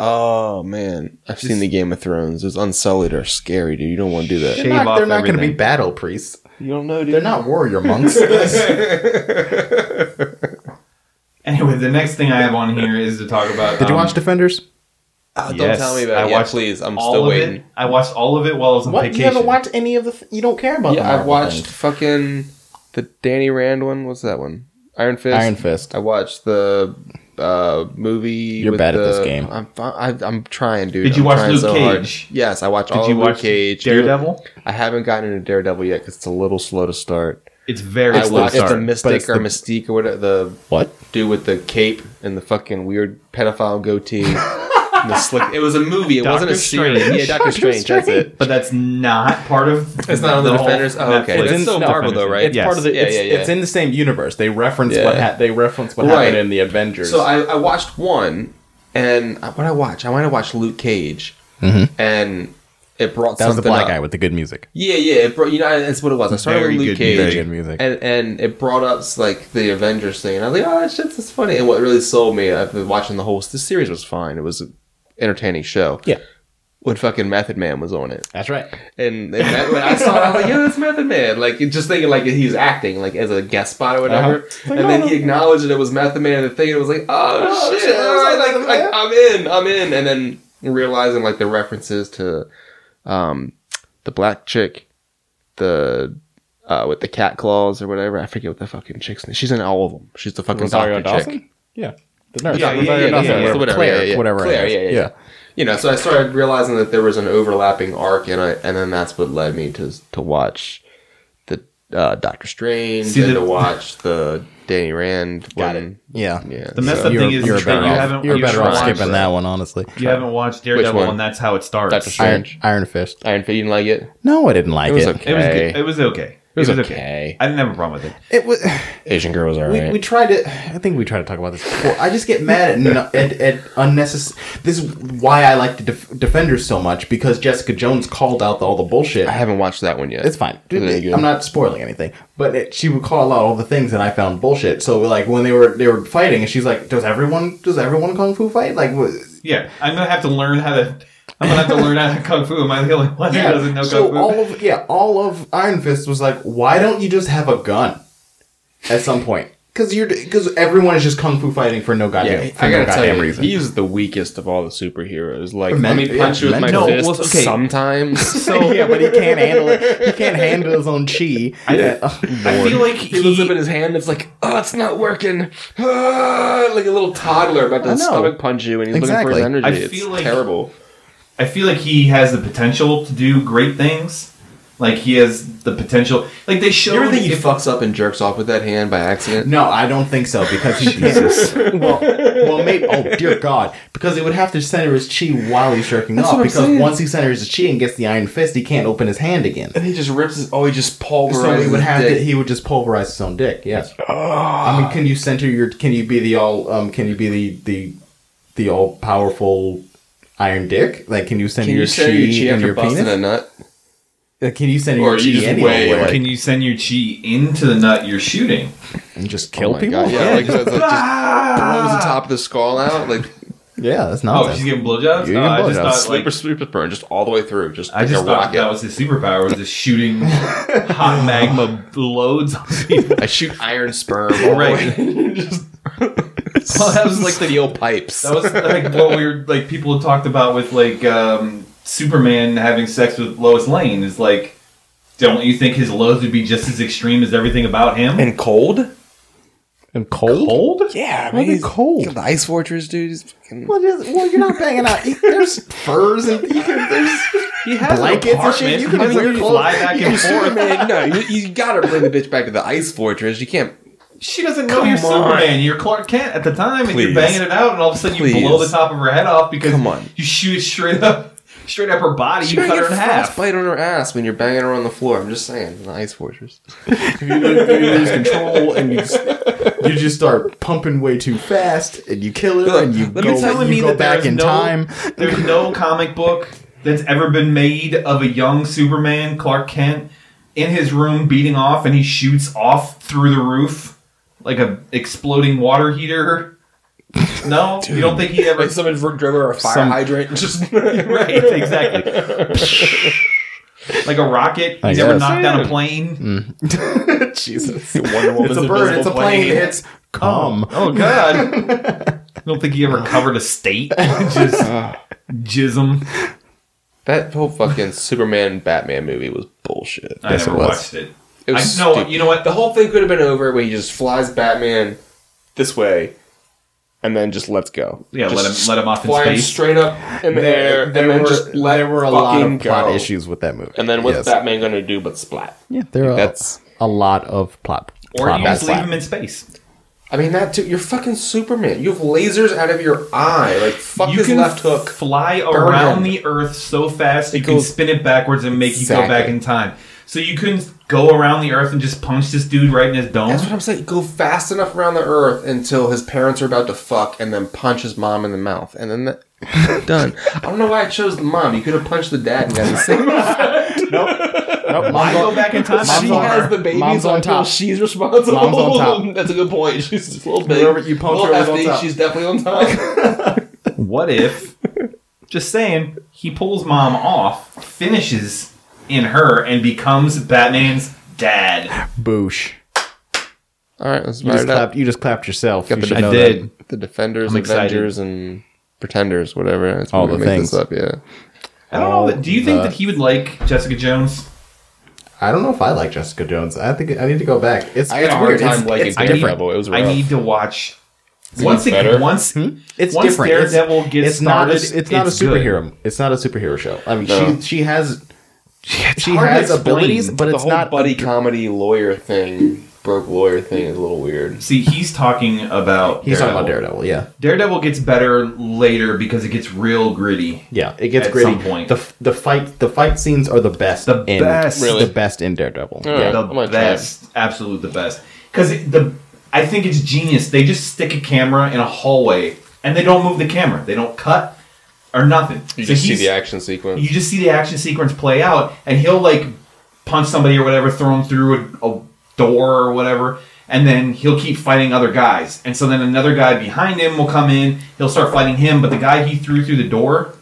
Oh man, I've seen the Game of Thrones. Those Unsullied are scary, dude. You don't want to do that. They're not, off they're not going to be everything. battle priests. You don't know, dude. They're not warrior monks. the Anyway, the next thing I have on here is to talk about. Did you um, watch Defenders? Oh, don't yes, tell me about I it. Yeah, watched please. I'm all still of it. waiting. I watched all of it while I was on vacation. any of the? Th- you don't care about. Yeah, the I've Marvel watched things. fucking the Danny Rand one. What's that one? Iron Fist. Iron Fist. I watched the uh, movie. You're bad at the- this game. I'm, I, I'm trying, dude. Did you I'm watch trying Luke so hard. Cage? Yes, I watched all Did you of Luke watch Cage. Dude, Daredevil? I haven't gotten into Daredevil yet because it's a little slow to start. It's very I slow watched start. the Mystic but it's or the- Mystique or whatever. The What? dude with the cape and the fucking weird pedophile goatee. and the slick. It was a movie. It wasn't a Doctor series. Strange. Yeah, Doctor Strange. That's it. But that's not part of. It's not on the whole Defenders? Oh, okay. Netflix. It's in still Marvel, though, right? It's Yes. part of the. Yeah, it's, yeah, yeah. it's in the same universe. They reference Yeah. what ha- they reference what Right. happened in the Avengers. So I, I watched one, and I- what I watch, I want to watch Luke Cage, and Mm-hmm. that it brought was the something black up. guy with the good music. Yeah, yeah, it brought, you know I- that's what it was. I started Very with Luke good Cage, music. Very good music. and and it brought up like the Avengers thing, and I was like, oh, that shit's just funny. And what really sold me, I've been watching the whole. The series was fine. It was an entertaining show. Yeah. When fucking Method Man was on it, That's right. and, and that, when I saw it, I was like, "Yo, that's Method Man!" Like just thinking, like he was acting, like as a guest spot or whatever. and then he acknowledged that it was Method Man, and the thing, and it was like, "Oh, shit!" all right, like, like, I'm in, I'm in. And then realizing like the references to um, the black chick, the uh, with the cat claws or whatever. I forget what the fucking chick's name. She's in all of them. She's the fucking Rosario doctor chick. Dawson. Yeah. The nurse. Yeah, yeah, yeah, yeah, yeah, yeah, whatever, Claire, yeah, yeah. whatever. her name Claire, is. yeah, yeah, yeah. you know, so I started realizing that there was an overlapping arc, and I and then that's what led me to to watch the uh, Doctor Strange See, and the- to watch the Danny Rand. Got one. Yeah. Yeah, The messed so- up thing is you're that better you off- haven't you're you better off tried- skipping that one, honestly. You haven't watched Daredevil, one? and that's how it starts. Doctor Strange. Iron, Iron Fist. Iron Fist. You didn't like it? No, I didn't like It it. was okay. It was good. It was okay. It was, okay. okay. I didn't have a problem with it. It was. Asian girl was We, alright. we tried to. I think we tried to talk about this before. I just get mad at no, at, at unnecessary. This is why I like the def- Defenders so much because Jessica Jones called out all the bullshit. I haven't watched that one yet. It's fine. Is it good? I'm not spoiling anything, but it, she would call out all the things that I found bullshit. So like when they were they were fighting, and she's like, "Does everyone does everyone kung fu fight?" Like, wh- Yeah, I'm gonna have to learn how to I'm gonna have to learn how to kung fu. Am I the only one who doesn't know so kung fu? all of yeah, all of Iron Fist was like, why don't you just have a gun at some point? Because you're because everyone is just kung fu fighting for no goddamn Yeah, for I no gotta tell goddamn you, reason. he's the weakest of all the superheroes. Like, Men- let me punch you yeah, with my mental. fist No, well, okay. sometimes. So yeah, but he can't handle it. He can't handle his own chi. I feel like he looks up at his hand and it's like, oh, it's not working. Ah, like a little toddler about I to know. stomach punch you and he's Exactly. looking for I his energy. It's feel like- terrible. I feel like he has the potential to do great things. Like he has the potential. Like they showed. You ever think he if- fucks up and jerks off with that hand by accident? No, I don't think so because he Jesus. well, well, maybe. Oh dear God, because it would have to center his chi while he's jerking That's off. what I'm Because saying. once he centers his chi and gets the iron fist, he can't open his hand again. And he just rips his. Oh, he just pulverizes. So he would his have dick. Ah. to. He would just pulverize his own dick. Yes. I mean, can you center your? Can you be the all? Um, can you be the the the all powerful iron dick? Like, can you center Can you your say your chi and chi after your busting penis? a nut? Uh, Can you center your Or you chi just anyway? weigh, Like, can you send your chi into the nut you're shooting? Ah! and just kill Oh my people? God, yeah, like, that's like just blows the top of the skull out, like Ah, Yeah, Oh, she's that's nonsense. getting blowjobs. You're getting Oh, I just blowjobs. thought like sleeper, sleeper burn, just all the way through, just I like just a thought that rocket. was his superpower was just shooting hot magma loads on people. I shoot iron sperm, all the Right. way. just, Well, that was like like the old pipes. That was like what we were like people talked about with like um, Superman having sex with Lois Lane is like, don't you think his lows would be just as extreme as everything about him? and cold. And cold? Yeah, I Why are they he's- cold? he's The ice fortress, dude. He's fucking- Well, just, well, you're not banging out. There's furs and you can, there's He has Blankets and shit, you can I mean, wear you clothes. fly back and forth. Superman, no, you, you gotta bring the bitch back to the ice fortress. You can't. She doesn't know you're Superman. You're Clark Kent at the time, and you're Please. banging it out, and all of a sudden you Please. blow the top of her head off because Come on. you shoot it straight up, straight up her body. you cut her in half. Bite on her ass when you're banging her on the floor. I'm just saying, the ice fortress. you lose control and you just, you just start pumping way too fast and you kill her and you Let go, me tell you you go that back there's in no, time. there's no comic book that's ever been made of a young Superman, Clark Kent, in his room beating off, and he shoots off through the roof like a exploding water heater. No, you don't think he ever? someone drove her a fire hydrant. Just right, exactly. like a rocket, I he's ever guess. knocked Hmm. down a Hmm. plane. Jesus. Wonder It's a bird, it's a plane, it's come. Oh God! I don't think he ever covered a state. Just Ah. jism. That whole fucking Superman Batman movie was bullshit. I never it was. watched it. It I, was no, stupid. you know what? The whole thing could have been over when he just flies Batman this way and then just lets go. Yeah, let Just him let him off in Flying space. straight up in the air and then just let there were a lot fucking of plot go. issues with that movie. And then what's Yes. Batman gonna do but splat? Yeah, there are That's- a lot of plot. or plot you just holes. leave him in space. I mean that too. You're fucking Superman. You have lasers out of your eye. Like fuck you his can left hook. fly Burn around him. the Earth so fast you can goes- spin it backwards and make you go back Exactly. in time. So you couldn't go around the Earth and just punch this dude right in his dome. That's what I'm saying. Go fast enough around the Earth until his parents are about to fuck, and then punch his mom in the mouth, and then that, done. I don't know why I chose the mom. You could have punched the dad and got the same. Nope, Why mom's go on, back in time? Mom's she on- has the baby, mom's so on I feel top. she's responsible. Mom's on top. That's a good point. She's just a little big. Whoever you punch, little whoever's on hefty. top. She's definitely on top. What if? Just saying, he pulls mom off, finishes in her, and becomes Batman's dad. boosh. All right, let's You just, write it up. clapped, you just clapped yourself. Got You the- should I know did. that. The Defenders, I'm excited. Avengers, and Pretenders, whatever. It's All we're the gonna make things. This up, yeah. I don't know. That, do you think Oh, that he would like Jessica Jones? I don't know if I like Jessica Jones. I think I need to go back. It's, I it's had a hard weird. time It's- liking it's Daredevil. different. It was rough. I need to watch. Once it, better? once It's once different. Daredevil it's, gets it's started, not. A, it's not it's a good. superhero. It's not a superhero show. I mean, she she has she hard to has explain. abilities, but the it's whole not. buddy comedy lawyer thing, broke lawyer thing is a little weird. See, he's talking about He's talking about Daredevil. Yeah, Daredevil gets better later because it gets real gritty. yeah. It gets At gritty. some point. The f- the fight the fight scenes are the best. The in, best. Really? The best in Daredevil. right. Yeah. the I'm gonna try it. best, absolute the best. Because the, I think it's genius. They just stick a camera in a hallway and they don't move the camera. They don't cut or nothing. You just see he's- the action sequence. You just see the action sequence play out, and he'll like punch somebody or whatever, throw him through a, a door or whatever, and then he'll keep fighting other guys. And so then another guy behind him will come in. He'll start fighting him, but the guy he threw through the door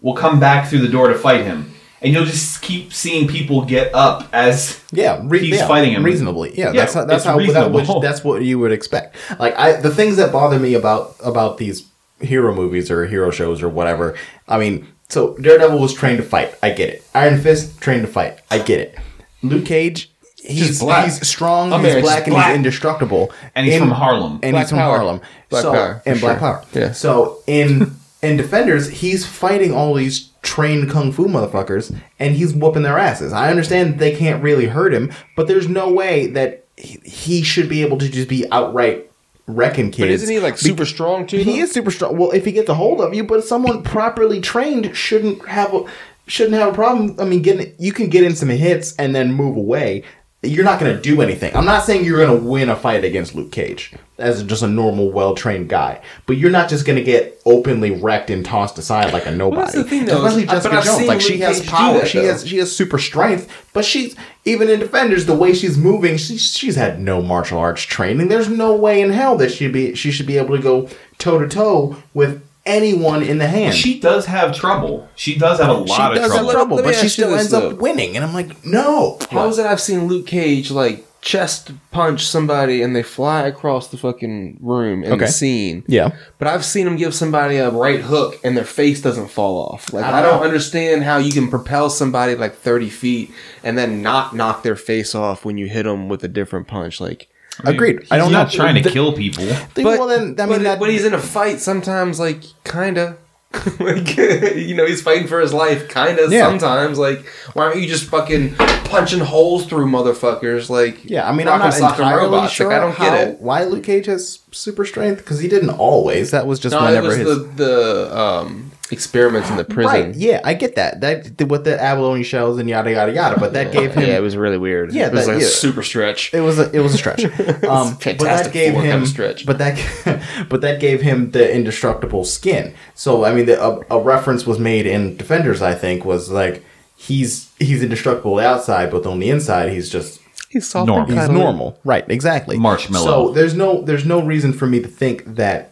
will come back through the door to fight him, and you'll just keep seeing people get up as Yeah, re- he's yeah, fighting him reasonably. Yeah, Yeah, that's how, that's it's how that, which, reasonable. that's what you would expect. Like I, the things that bother me about about these hero movies or hero shows or whatever. I mean, so Daredevil was trained to fight. I get it. Iron Fist trained to fight. I get it. Luke Cage. He's, black. he's strong, I mean, he's it's black, and black. he's indestructible. And he's In- from Harlem. And Black he's from power. Harlem. Black so, power, for And Black sure. Power. Yeah. So in in Defenders, he's fighting all these trained kung fu motherfuckers, and he's whooping their asses. I understand they can't really hurt him, but there's no way that he, he should be able to just be outright wrecking kids. But isn't he like super strong too? He though? is super strong. Well, if he gets a hold of you, but someone properly trained shouldn't have a shouldn't have a problem. I mean, getting you can get in some hits and then move away. You're not going to do anything. I'm not saying you're going to win a fight against Luke Cage as just a normal, well trained guy, but you're not just going to get openly wrecked and tossed aside like a nobody. that's the thing, though, Especially is- but Jessica I've Jones. seen Like she Luke has Cage do power. that, she has she has super strength, but she's even in Defenders the way she's moving. She's she's had no martial arts training. There's no way in hell that she be she should be able to go toe to toe with anyone in the hand. She does have trouble. She does have a lot of does have trouble. a trouble, Let me but she ask you still this, ends though. up winning. And I'm like, no. How is it I've seen Luke Cage like chest punch somebody and they fly across the fucking room in the Okay. scene? Yeah. But I've seen him give somebody a right hook and their face doesn't fall off. Like I I don't, don't know. understand how you can propel somebody like thirty feet and then not knock their face off when you hit them with a different punch. Like, Agreed. He's not know. trying to kill people. Think- well, then I mean, but that, when he's in a fight, sometimes like kinda. like you know, he's fighting for his life, kinda. Yeah. Sometimes, like, why aren't you just fucking punching holes through motherfuckers? Like, Yeah, I mean, I'm rock not and sock and entirely robots, like, sure I don't how, get it. why Luke Cage has super strength because he didn't always. That was just No, it whenever was his the the um, experiments in the prison. Right. Yeah, I get that. That th- with the abalone shells and yada yada yada. But that gave him. Yeah, it was really weird. Yeah, it was that- like a yeah. super stretch. It was a it was a stretch. Um, but that fantastic gave four him kind of stretch. But that but that gave him the indestructible skin. So I mean, the, a, a reference was made in Defenders. I think was like he's he's indestructible outside, but on the inside he's just He's soft Normal. he's normal. Right. Exactly. Marshmallow. So there's no there's no reason for me to think that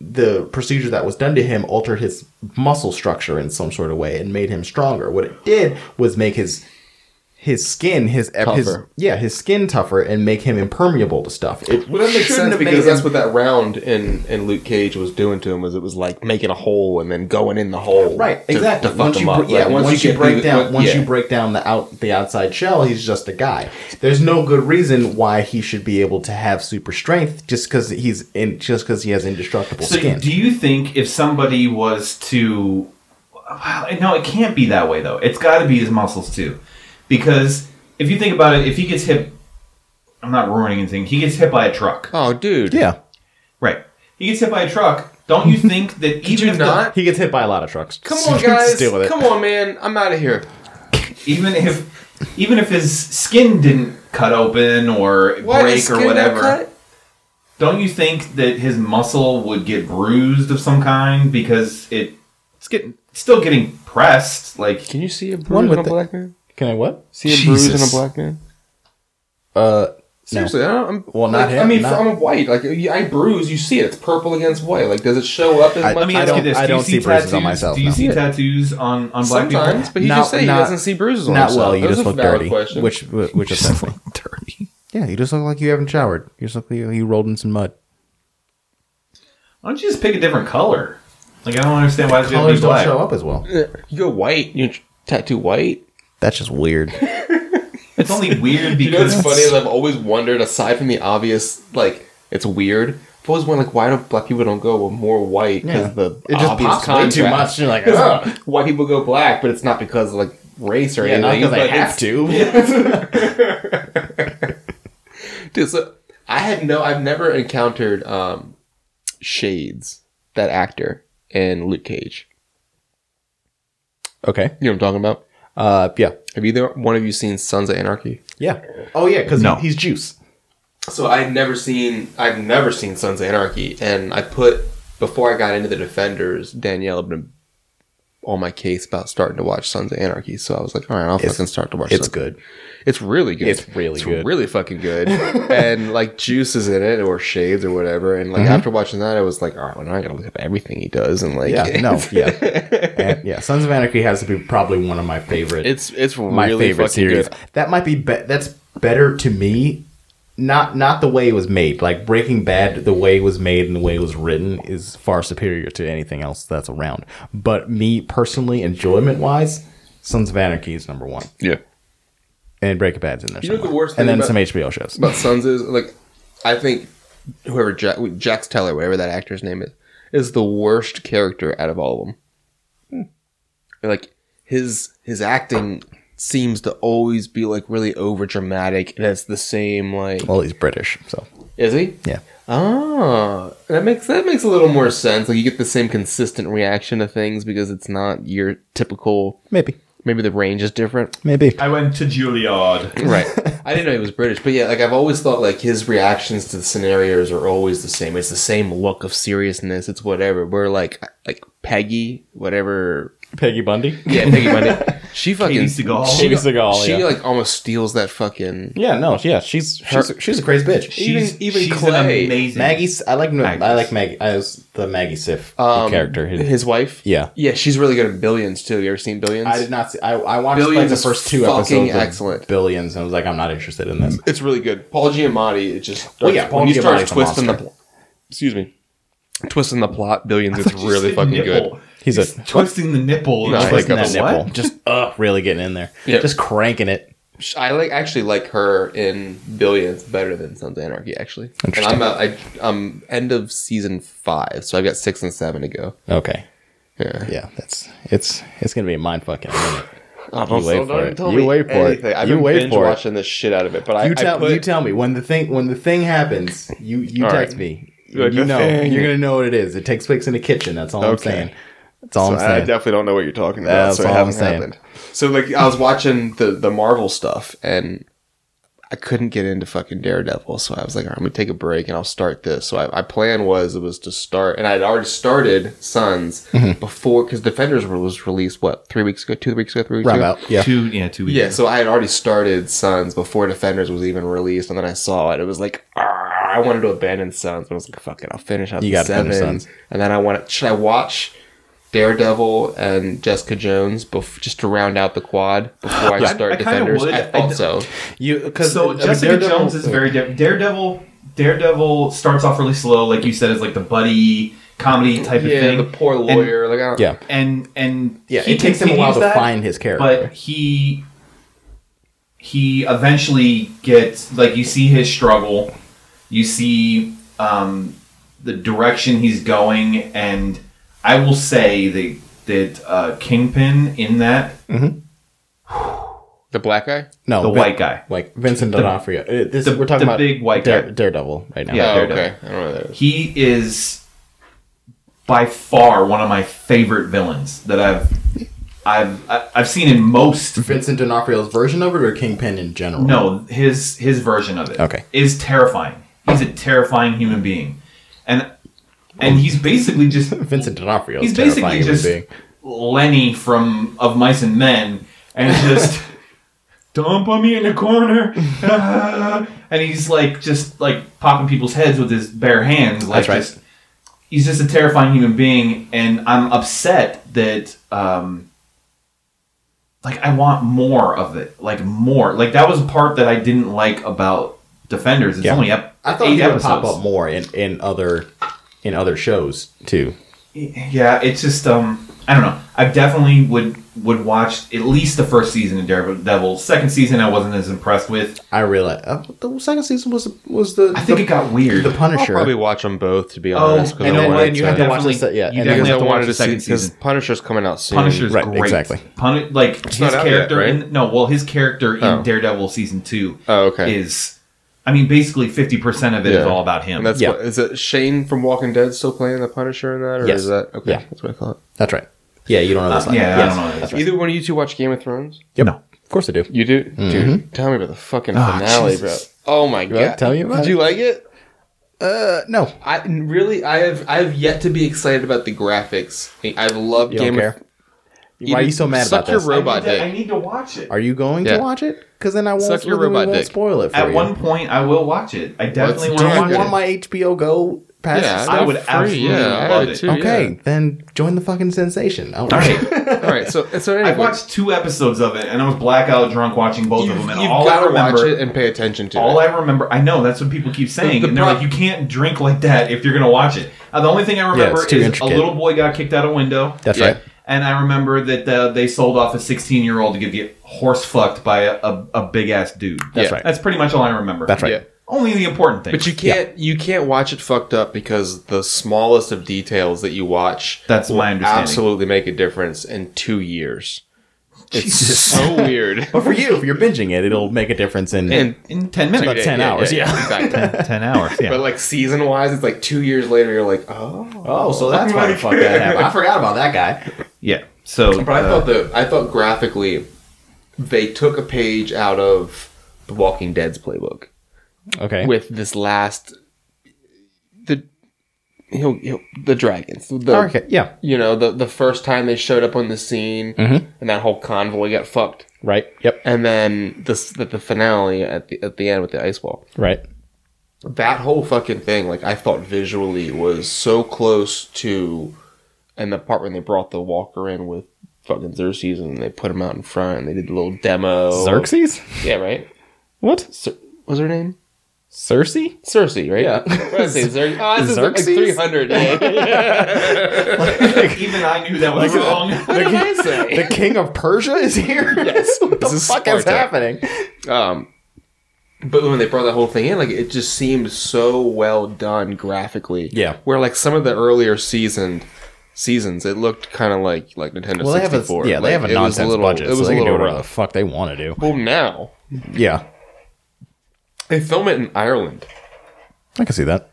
the procedure that was done to him altered his muscle structure in some sort of way and made him stronger. What it did was make his his skin his, his Tougher. yeah his skin tougher and make him impermeable to stuff. It Well, that shouldn't makes sense have because made that's him- what that round in, in Luke Cage was doing to him. Was it was like making a hole and then going in the hole, Right, to- exactly. To fuck once him you, up. br- yeah, Like, once, you, get break through- down, what- once yeah. you break down the out the outside shell, he's just a guy. There's no good reason why he should be able to have super strength just because he's in just because he has indestructible So skin. do you think if somebody was to well, no, it can't be that way though. It's got to be his muscles too. Because if you think about it, if he gets hit I'm not ruining anything. He gets hit by a truck. Oh, dude. yeah, Right. He gets hit by a truck. Don't you think that even you if the- not? He gets hit by a lot of trucks. Come on, Just guys. deal with it. Come on, man. I'm out of here. even if even if his skin didn't cut open or What, his break skin or got whatever, cut? don't you think that his muscle would get bruised of some kind because it, it's getting still getting pressed? Like Can you see a One bruise with on a the- black man? Can I what? See a bruise on a Jesus. black man? Uh, Seriously, I don't, I'm Well, not like, I him, mean, not- I'm a white. Like you- I bruise, you see it. It's purple against white. Like, does it show up as I- much? Let me I ask don't- you this: I Do you don't see see bruises tattoos? on myself, Do you no. see Yeah. tattoos on on black Sometimes, people? but you Not- just say he not- doesn't see bruises on not himself. well. You That was just a look valid dirty, question. which wh- which offends me. dirty. Yeah, you just look like you haven't showered. You just look like you, you rolled in some mud. Why don't you just pick a different color? Like I don't understand why it's gonna be Colors don't black. show up as well. you go white, you tattoo white. That's just weird. It's only weird You know what's because funny is I've always wondered, aside from the obvious, like it's weird. I've always wondered, like, why do black people don't go more white? Because Yeah. the It just obvious pops way too much. contrast. You're like, 'Cause "Oh." white people go black, but it's not because like race or anything. but it's- to. Dude, so I had no, I've never encountered um, Shades, that actor in Luke Cage. Okay. You know what I'm talking about? Uh, yeah. Have either one of you seen Sons of Anarchy? Yeah. Oh yeah, because No. he's juice. So I've never seen, I've never seen Sons of Anarchy, and I put before I got into the Defenders, Danielle on my case about starting to watch Sons of Anarchy, so I was like, all right, I'll It's- fucking start to watch. It's Sons- good. It's really good. It's really good. Really fucking good. and like Juice is in it, or Shades, or whatever. And Mm-hmm. like after watching that, I was like, all right, well, now I gotta look up everything he does. And like, Yeah, no, yeah, And, yeah. Sons of Anarchy has to be probably one of my favorite. it's it's my really favorite fucking series. good. That might be, be that's better to me. Not not the way it was made. Like Breaking Bad, the way it was made and the way it was written is far superior to anything else that's around. But me personally, enjoyment wise, Sons of Anarchy is number one, Yeah. and Breaking Bad's in there. know somewhere. the worst thing and then about- some HBO shows. about Sons is like I think whoever Jack, Jax Teller, whatever that actor's name is, is the worst character out of all of them. Hmm. Like his his acting seems to always be like really over dramatic, and it's the same like well, he's British, so is he? yeah. Oh, that makes that makes a little more sense. Like you get the same consistent reaction to things because it's not your typical. Maybe, Maybe the range is different. maybe. I went to Juilliard. Right. I didn't know he was British, but yeah, like I've always thought like his reactions to the scenarios are always the same. It's the same look of seriousness. It's whatever. We're like like Peggy, whatever. Peggy Bundy. Yeah, Peggy Bundy. She fucking Katie Seagal. She, Katie Seagal, she yeah. like almost steals that fucking. Yeah, no, yeah, she's she's, she's a crazy bitch. She's, even she's Clay. An amazing. Maggie's. I like Maggie's. I like Maggie. I was the Maggie Sif Um, character. who- His wife. Yeah. Yeah, she's really good at Billions too. You ever seen Billions? I did not see. I, I watched like Billions the is first two fucking episodes. of excellent. Billions, and I was like, I'm not interested in this. It's really good. Paul Giamatti. It just. Well, yeah, Paul when you start Giamatti's a twisting the. monster. pl- Excuse me. Twisting the plot, Billions. It's really fucking good. He's a- twisting the nipple. No, It's I got that like, nipple, what? just uh, really getting in there, Yeah. just cranking it. I like actually like her in Billions better than Sons of Anarchy actually. And Interesting. I'm a, I, I'm end of season five, so I've got six and seven to go. Okay, Yeah, yeah, that's it's it's gonna be a mind fucking. minute. I'm You wait for it. You wait for it. I've You been wait binge for it. watching the shit out of it, but I, You tell I put, you tell me when the thing when the thing happens. You you All text right. me. Like you the know thing. you're gonna know what it is. It takes place in the kitchen. That's all I'm Okay. saying. That's all I'm I saying. definitely don't know what you're talking about. That's so it all I'm hasn't saying. happened. So like I was watching the the Marvel stuff and I couldn't get into fucking Daredevil, so I was like, all right, I'm gonna take a break and I'll start this. So I, my plan was it was to start, and I'd already started Sons Mm-hmm. before because Defenders was released what three weeks ago, two weeks ago, three weeks Round ago. out. Yeah. Two, yeah, two weeks. Yeah, so I had already started Sons before Defenders was even released, and then I saw it. It was like "Argh," I wanted to abandon Sons, but I was like, "Fuck it, I'll finish out You the gotta seven. finish Sons. And then I want should I watch Daredevil and Jessica Jones bef- just to round out the quad before I start I kinda Defenders? would. I I thought d- so. You because So Jessica Jones is very different. Daredevil. Daredevil starts off really slow, like you said, is like the buddy comedy type of Yeah, thing. the poor And- lawyer. like, I don't- yeah and and yeah. It takes him a while continues to that, find his character. but he he eventually gets like you see his struggle, you see um, the direction he's going, and I will say that that uh, Kingpin in that the black guy. no, the Vin- white guy, like Vincent D'Onofrio. Uh, this, the- we're talking the about big white Dare- guy. Daredevil right now. Yeah, oh, Daredevil. okay. I don't know. That is. he is by far one of my favorite villains that I've I've I- I've seen in most. Uh, Vincent D'Onofrio's version of it or Kingpin in general? No, his his version of it Okay. is terrifying. He's a terrifying human being, and and he's basically just Vincent D'Onofrio he's is basically terrifying human just being. Lenny from Of Mice and Men, and just don't put me in the corner. ah." and he's like just like popping people's heads with his bare hands. Like That's right. just- he's just a terrifying human being, and I'm upset that. um like I want more of it, like more. Like that was a part that I didn't like about Defenders. It's Yeah. only up I thought eight he would episodes. pop up more in, in other in other shows too. Yeah, it's just um, I don't know. I definitely would would watch at least the first season of Daredevil. Second season, I wasn't as impressed with. I realized uh, the second season was was the I think the, it got weird. the I'll Punisher. probably watch them both to be oh, honest. 'cause and I then, wanted and you to- have to definitely- watch the se- yeah, You and definitely because I have to watch wanted the to see second because season. Punisher's coming out soon. Punisher's Right, great. exactly. Pun- like his not out yet, character right? in no, well, his character in Oh. Daredevil season two. Oh, okay. Is, I mean, basically fifty percent of it is Yeah. all about him. And that's Yeah. what is it Shane from Walking Dead still playing the Punisher in that, or Yes. is that okay? Yeah. That's what I thought. That's right. Yeah, you don't know this. Uh, line. yeah, I Yes. don't know. That's right. Either one of you two watch Game of Thrones? Yep. No, of course I do. You do, dude. Tell me about the fucking finale, Jesus. bro. Oh my I god! tell Mm-hmm. Ah, you about Did it? you like it? Uh, no, I really, I have, I have yet to be excited about the graphics. I- I've loved you Game don't of. care. Why are you so mad suck about your this? robot I need to, I dick. need to watch it. Are you going Yeah. to watch it? Because then I won't, Suck your then we robot won't dick. spoil it for At you. one point, I will watch it. I definitely want Let's to do I it. watch want it. Yeah. my HBO Go pass. Yeah, I they're would absolutely I love had it. too, okay, yeah. then join the fucking sensation. Oh, All right. All right. So so anyway, I watched two episodes of it, and I was blackout drunk watching both you've, of them. And you've all I got to remember, watch it and pay attention to all it. I remember, I know that's what people keep saying, The- the and they're pro- like, "You can't drink like that if you're gonna watch it." Uh, the only thing I remember it's too is intricate. a little boy got kicked out a window. That's Yeah. right. And I remember that uh, they sold off a 16 year old to get- get horse fucked by a, a, a big ass dude. That's Yeah. right. That's pretty much all I remember. That's right. Yeah. Only the important thing. But you can't you can't watch it fucked up because the smallest of details that you watch That's my understanding. absolutely make a difference in two years. It's so weird. But for you, if you're binging it, it'll make a difference in. And in 10 about minutes. 10 hours, yeah. exactly. 10 hours. Yeah. but like season wise, it's like two years later. You're like, oh, oh, so that's why the fuck that happened. I forgot about that guy. yeah. So, but I thought the I thought graphically, they took a page out of The Walking Dead's playbook. Okay. with this last the he'll, he'll, the dragons. The, okay. Yeah. You know the the first time they showed up on the scene and that whole convoy got fucked, Right. Yep. and then this the, the finale at the at the end with the ice wall. Right. That whole fucking thing, like I thought visually was so close to, and the part when they brought the walker in with fucking Xerxes and they put him out in front and they did a little demo. Xerxes? Yeah, right. What? Cer- was her name? Cersei? Cersei, right? Yeah. what did I say? Zer- oh, this is like Xerxes? 300. Yeah. even I knew that was wrong. what did I say? The king of Persia is here? Yes. what the This is fuck is Sparta. happening? Um, but when they brought that whole thing in, like it just seemed so well done graphically. Yeah. Where like some of the earlier seasoned seasons, it looked kind of like like Nintendo Well, they have a 64. yeah, they Like, have a it was nonsense little- budget, It was so they a can do little whatever the rough. fuck they want to do. Well, now Yeah, they film it in Ireland. I can see that.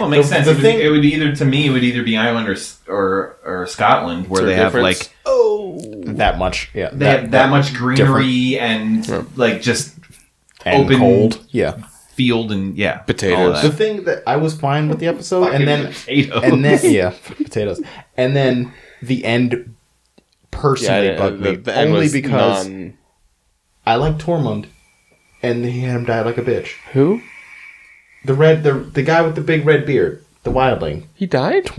Well, it makes The- sense. the it, would, thing- it would either to me, it would either be Ireland or S- or, or Scotland, where Is there they a have difference? like That much, yeah. they have that, much greenery and like just and open- cold, yeah. field and yeah, Potatoes. The thing that I was fine with the episode, and then potatoes. and then yeah, potatoes, and then the end personally bugged me end only was because non- I like Tormund, and he had him die like a bitch. who The red, the the guy with the big red beard, the wildling. he died.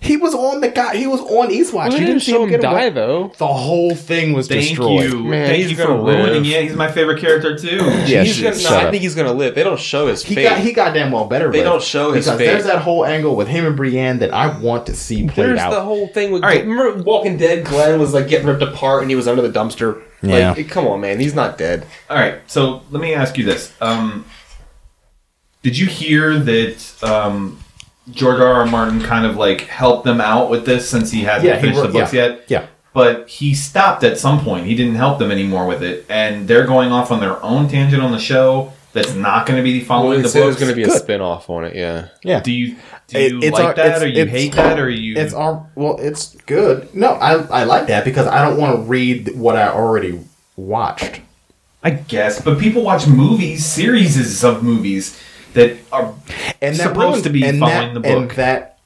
He was on the guy. He was on Eastwatch. Well, You they didn't see him, get die away. though. The whole thing was Thank destroyed. you, Man, thank he's you for gonna ruining live. it. He's my favorite character too. Yeah, he's shit, gonna, shut no, I up. think he's gonna live. They don't show his He face. got he got damn well better. They with don't show his because face. there's that whole angle with him and Brienne that I want to see played There's out. the whole thing with All right. remember Walking Dead. Glenn was like getting ripped apart, and he was under the dumpster. Yeah. Like, come on, man, he's not dead. All right, so let me ask you this: um, Did you hear that um, George R. R. Martin kind of like helped them out with this since he hasn't Yeah, he finished wrote- the books yeah, yet? yeah. But he stopped at some point. He didn't help them anymore with it, and they're going off on their own tangent on the show. That's not going to be following the books. be a spin off on it. Yeah. yeah, Do you do It- you it's like our- that, it's- or you it's- hate that, or you? it's all well. It's good. No, I I like that because I don't want to read what I already watched. I guess, but people watch movies, series of movies that are And that supposed ruins, to be and following that- the book. And that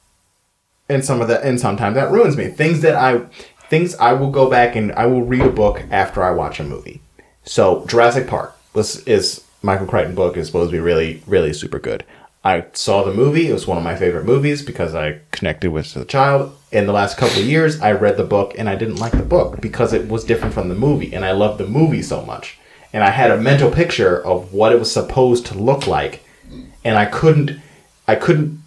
and some of that and sometimes that ruins me. Things that I things I will go back and I will read a book after I watch a movie. So Jurassic Park this is Michael Crichton book is supposed to be really really super good. I saw the movie. It was one of my favorite movies because I connected with the child. In the last couple of years, I read the book and I didn't like the book because it was different from the movie, and I loved the movie so much. And I had a mental picture of what it was supposed to look like, and I couldn't, I couldn't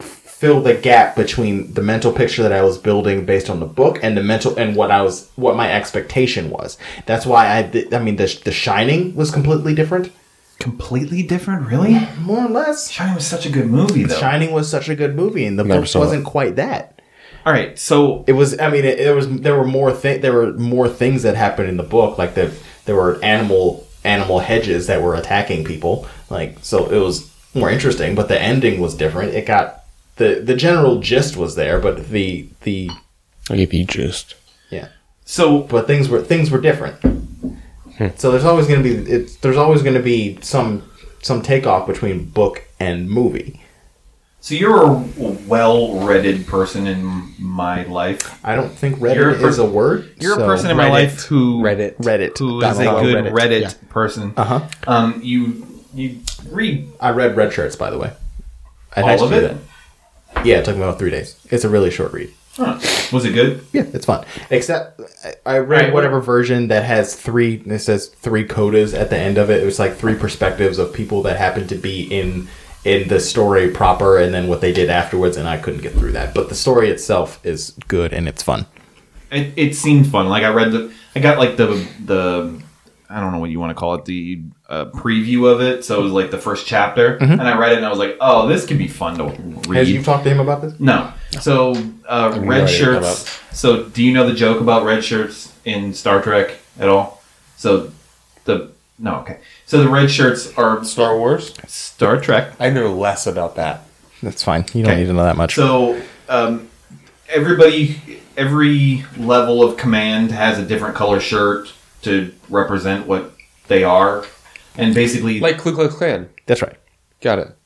fill the gap between the mental picture that I was building based on the book and the mental and what I was what my expectation was. That's why I did, I mean the the Shining was completely different, completely different. Really, more or less. Shining was such a good movie, though. Shining was such a good movie, and the book wasn't quite that. All right, so It was. I mean, it, it was. There were more thing. There were more things that happened in the book, like the there were animal animal hedges that were attacking people. Like so, it was more interesting. But the ending was different. It got the the general gist was there, but the the I give you just. yeah. so but things were things were different. so there's always going to be it's, there's always going to be some some takeoff between book and movie. So you're a well-read person in my life. I don't think Reddit You're a per- is a word. You're so- a person in my Reddit. life who Reddit. Reddit. who Donald is a Trump good Reddit. Reddit, person. Uh-huh. Um, you you read I read Red Shirts, by the way. I all of it. Yeah, it took me about three days. It's a really short read. Huh. Was it good? Yeah, it's fun. Except I I read Right, whatever version that has three. It says three codas at the end of it. It was like three perspectives of people that happened to be in in the story proper, and then what they did afterwards. And I couldn't get through that. But the story itself is good and it's fun. It, it seemed fun. Like I read the, I got like the the, I don't know what you want to call it, the uh, preview of it. So it was like the first chapter, and I read it, and I was like, oh, this could be fun to read. Mm-hmm. Has you talked to him about this? No. So uh, red shirts. So do you know the joke about red shirts in Star Trek at all? So the no okay. So the red shirts are Star Wars. Star Trek. I know less about that. That's fine. You don't Okay. need to know that much. So um, everybody, every level of command has a different color shirt to represent what they are, and basically, Like Ku Klux Klan. That's right. Got it.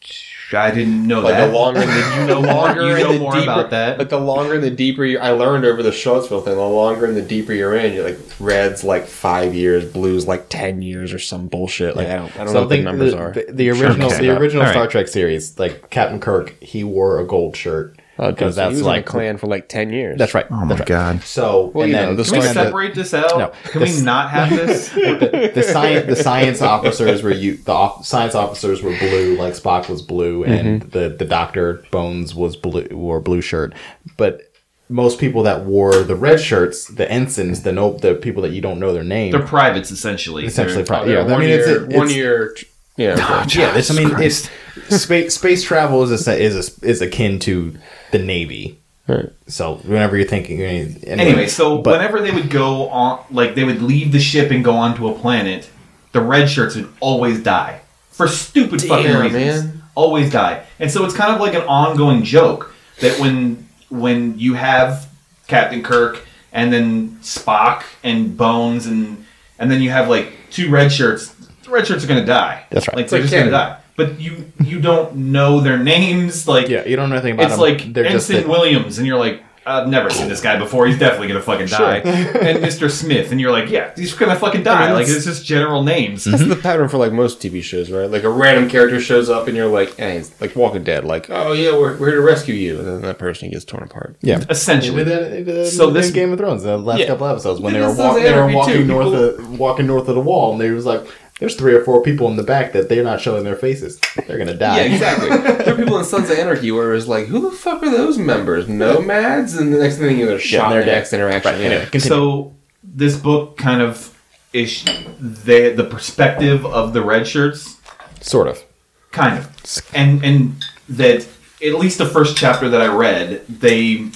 I didn't know Like that. the longer the, you know, longer You and know the more deeper, about that. Like the longer and the deeper you, I learned over the Schwarzschild thing. The longer and the deeper you're in, you're like red's like five years, blues like ten years or some bullshit. Like I don't, I don't know what the Something numbers the, are. The, the original, Okay. the original All right. Star Trek series, like Captain Kirk, he wore a gold shirt Okay, because Oh, so he that's was in like a clan for like ten years. that's right. that's right. god! So Well, and you then know, the Can we Kinda- separate this out? No. Can we This- not have this? the science the science officers were you the off, science officers were blue like Spock was blue and Mm-hmm. the the doctor Bones was blue wore blue shirt but most people that wore the red shirts the ensigns the no the people that you don't know their name They're privates essentially. Essentially They're- pri- yeah, they're I mean, it's one-year- a- it's- Ah, one-year- year. Yeah. okay. yeah it's, I mean it's space space travel is a, is a, is akin to the navy Right. so whenever you're thinking anyway, Anyway, so but- whenever they would go on, like they would leave the ship and go onto a planet, the red shirts would always die for stupid fucking reasons. Always die, and so it's kind of like an ongoing joke that when when you have Captain Kirk and then Spock and Bones and and then you have like two red shirts, the red shirts are gonna die. That's right. Like It's they're like just gonna canon. die. But you you don't know their names. Like yeah you don't know anything about it's them. like they're just Ensign the- Williams, and you're like, I've never seen this guy before. He's definitely gonna fucking die. and Mr. Smith, and you're like, yeah, he's gonna fucking die. like it's just general names. Mm-hmm. That's the pattern for like most TV shows, right? Like a random character shows up and you're like, hey, it's like Walking Dead, like, oh yeah, we're, we're here to rescue you, and then that person gets torn apart. yeah Essentially, They did that- they did that So in this- Game of Thrones, the last Yeah. couple episodes when they This were, is walk, an they were interview, walking too. north of walking north of the wall, and they was like, "There's three or four people in the back that they're not showing their faces. They're gonna die." Yeah, exactly. there are people in Sons of Anarchy where it was like, who the fuck are those members? Nomads? And the next thing you know, they're shot they're in the dead. next interaction. Right, yeah. anyway, continue. so this book kind of is the the perspective of the red shirts sort of. kind of and and that at least the first chapter that i read they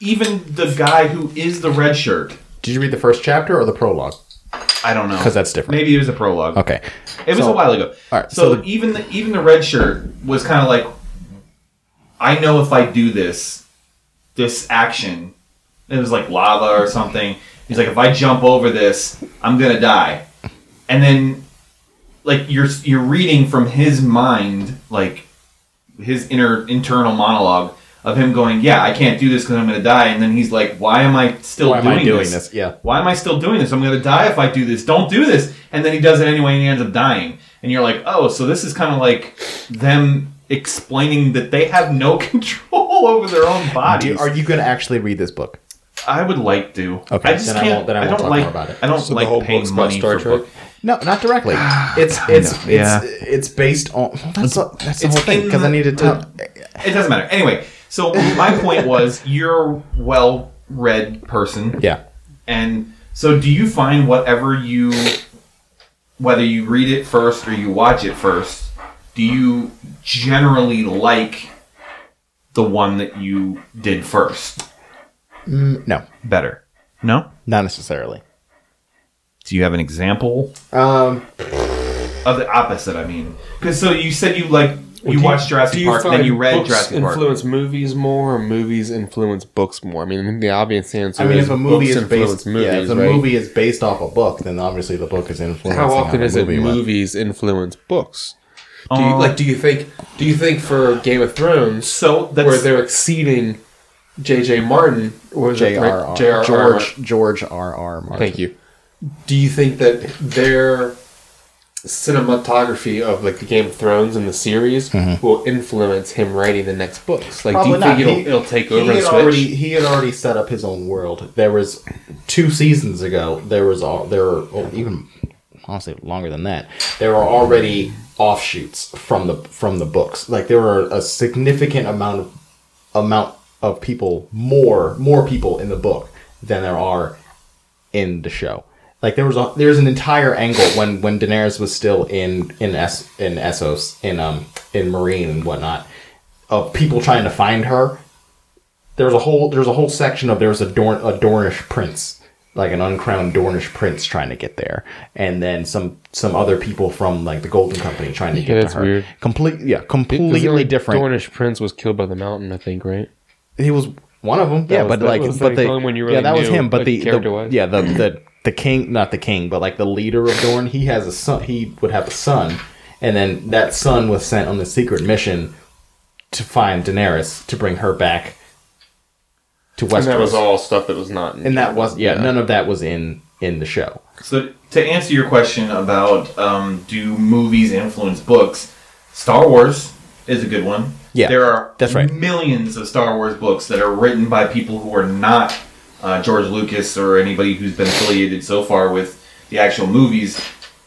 even the guy who is the red shirt Did you read the first chapter or the prologue? i don't know 'Cause that's different. maybe it was a prologue Okay, It was So- a while ago. All right, So, so the- even the even the red shirt was kind of like, I know if I do this, this action, it was like lava or something. He's like, if I jump over this, I'm gonna die. And then, like you're you're reading from his mind, like his inner internal monologue of him going, yeah, I can't do this because I'm gonna die. And then he's like, why am I still Why am doing, I doing this? this? Yeah. why am I still doing this? I'm going to die if I do this. Don't do this. And then he does it anyway and he ends up dying. And you're like, oh, so this is kind of like them explaining that they have no control over their own Do you- bodies. are you gonna actually read this book? I would like to. Okay, I just then I can't. I, won't- then I won't don't talk like. more about it. I don't So the like whole paying book's about money Star for Trek? book. No, not directly. It's it's of, yeah. it's it's based on. well, that's the- that's the it's whole thing in because I the- uh, need to tell. It doesn't matter. Anyway, so my point was, you're a well-read person. Yeah. And so, do you find whatever you, whether you read it first or you watch it first, do you generally like the one that you did first No, better? No. not necessarily. Do you have an example Um, of the opposite? I mean, because so you said you like you watched Jurassic Do Park, then find you read books Jurassic Park. influence movies more, or movies influence books more? I mean, I think the obvious answer I mean, is if a movie books is influence based, movies, yeah, if a right? movie is based off a book, then obviously the book is influencing How often the is it went. movies influence books? Do you, Uh, like, do you think? Do you think for Game of Thrones, So that's where they're exceeding J.J. Martin or J.R.R. J.R. George George R.R. Martin. Thank you. Do you think that their cinematography of like the Game of Thrones and the series Mm-hmm. will influence him writing the next books? Like, Probably do you not. think it'll, He- it'll take he over and had switch? already he had already set up his own world. There was two seasons ago. There was all there were oh, even honestly longer than that. There were already offshoots from the from the books. Like there were a significant amount of amount of people more more people in the book than there are in the show. Like there was a, there was an entire angle when when Daenerys was still in in es, in Essos in um in Marine and whatnot of people trying to find her. There's a whole there's a whole section of there's a Dorn a Dornish prince like an uncrowned Dornish prince trying to get there, and then some some other people from like the Golden Company trying to get that's to her. weird. Complete yeah, completely Because the only different. Dornish prince was killed by the mountain, I think, right? he was one of them. yeah, was- but that like, was, but like, the the only one you really yeah, that was knew, him. But like, the, the- character-wise. yeah, the the the king, not the king, but like the leader of Dorne. He has a son. He would have a son, and then that son was sent on the secret mission to find Daenerys to bring her back to Westeros. And that was all stuff that was not. In And that was yeah, none of that was in in the show. So to answer your question about um, do movies influence books, Star Wars is a good one. Yeah, there are that's right. millions of Star Wars books that are written by people who are not uh, George Lucas or anybody who's been affiliated so far with the actual movies.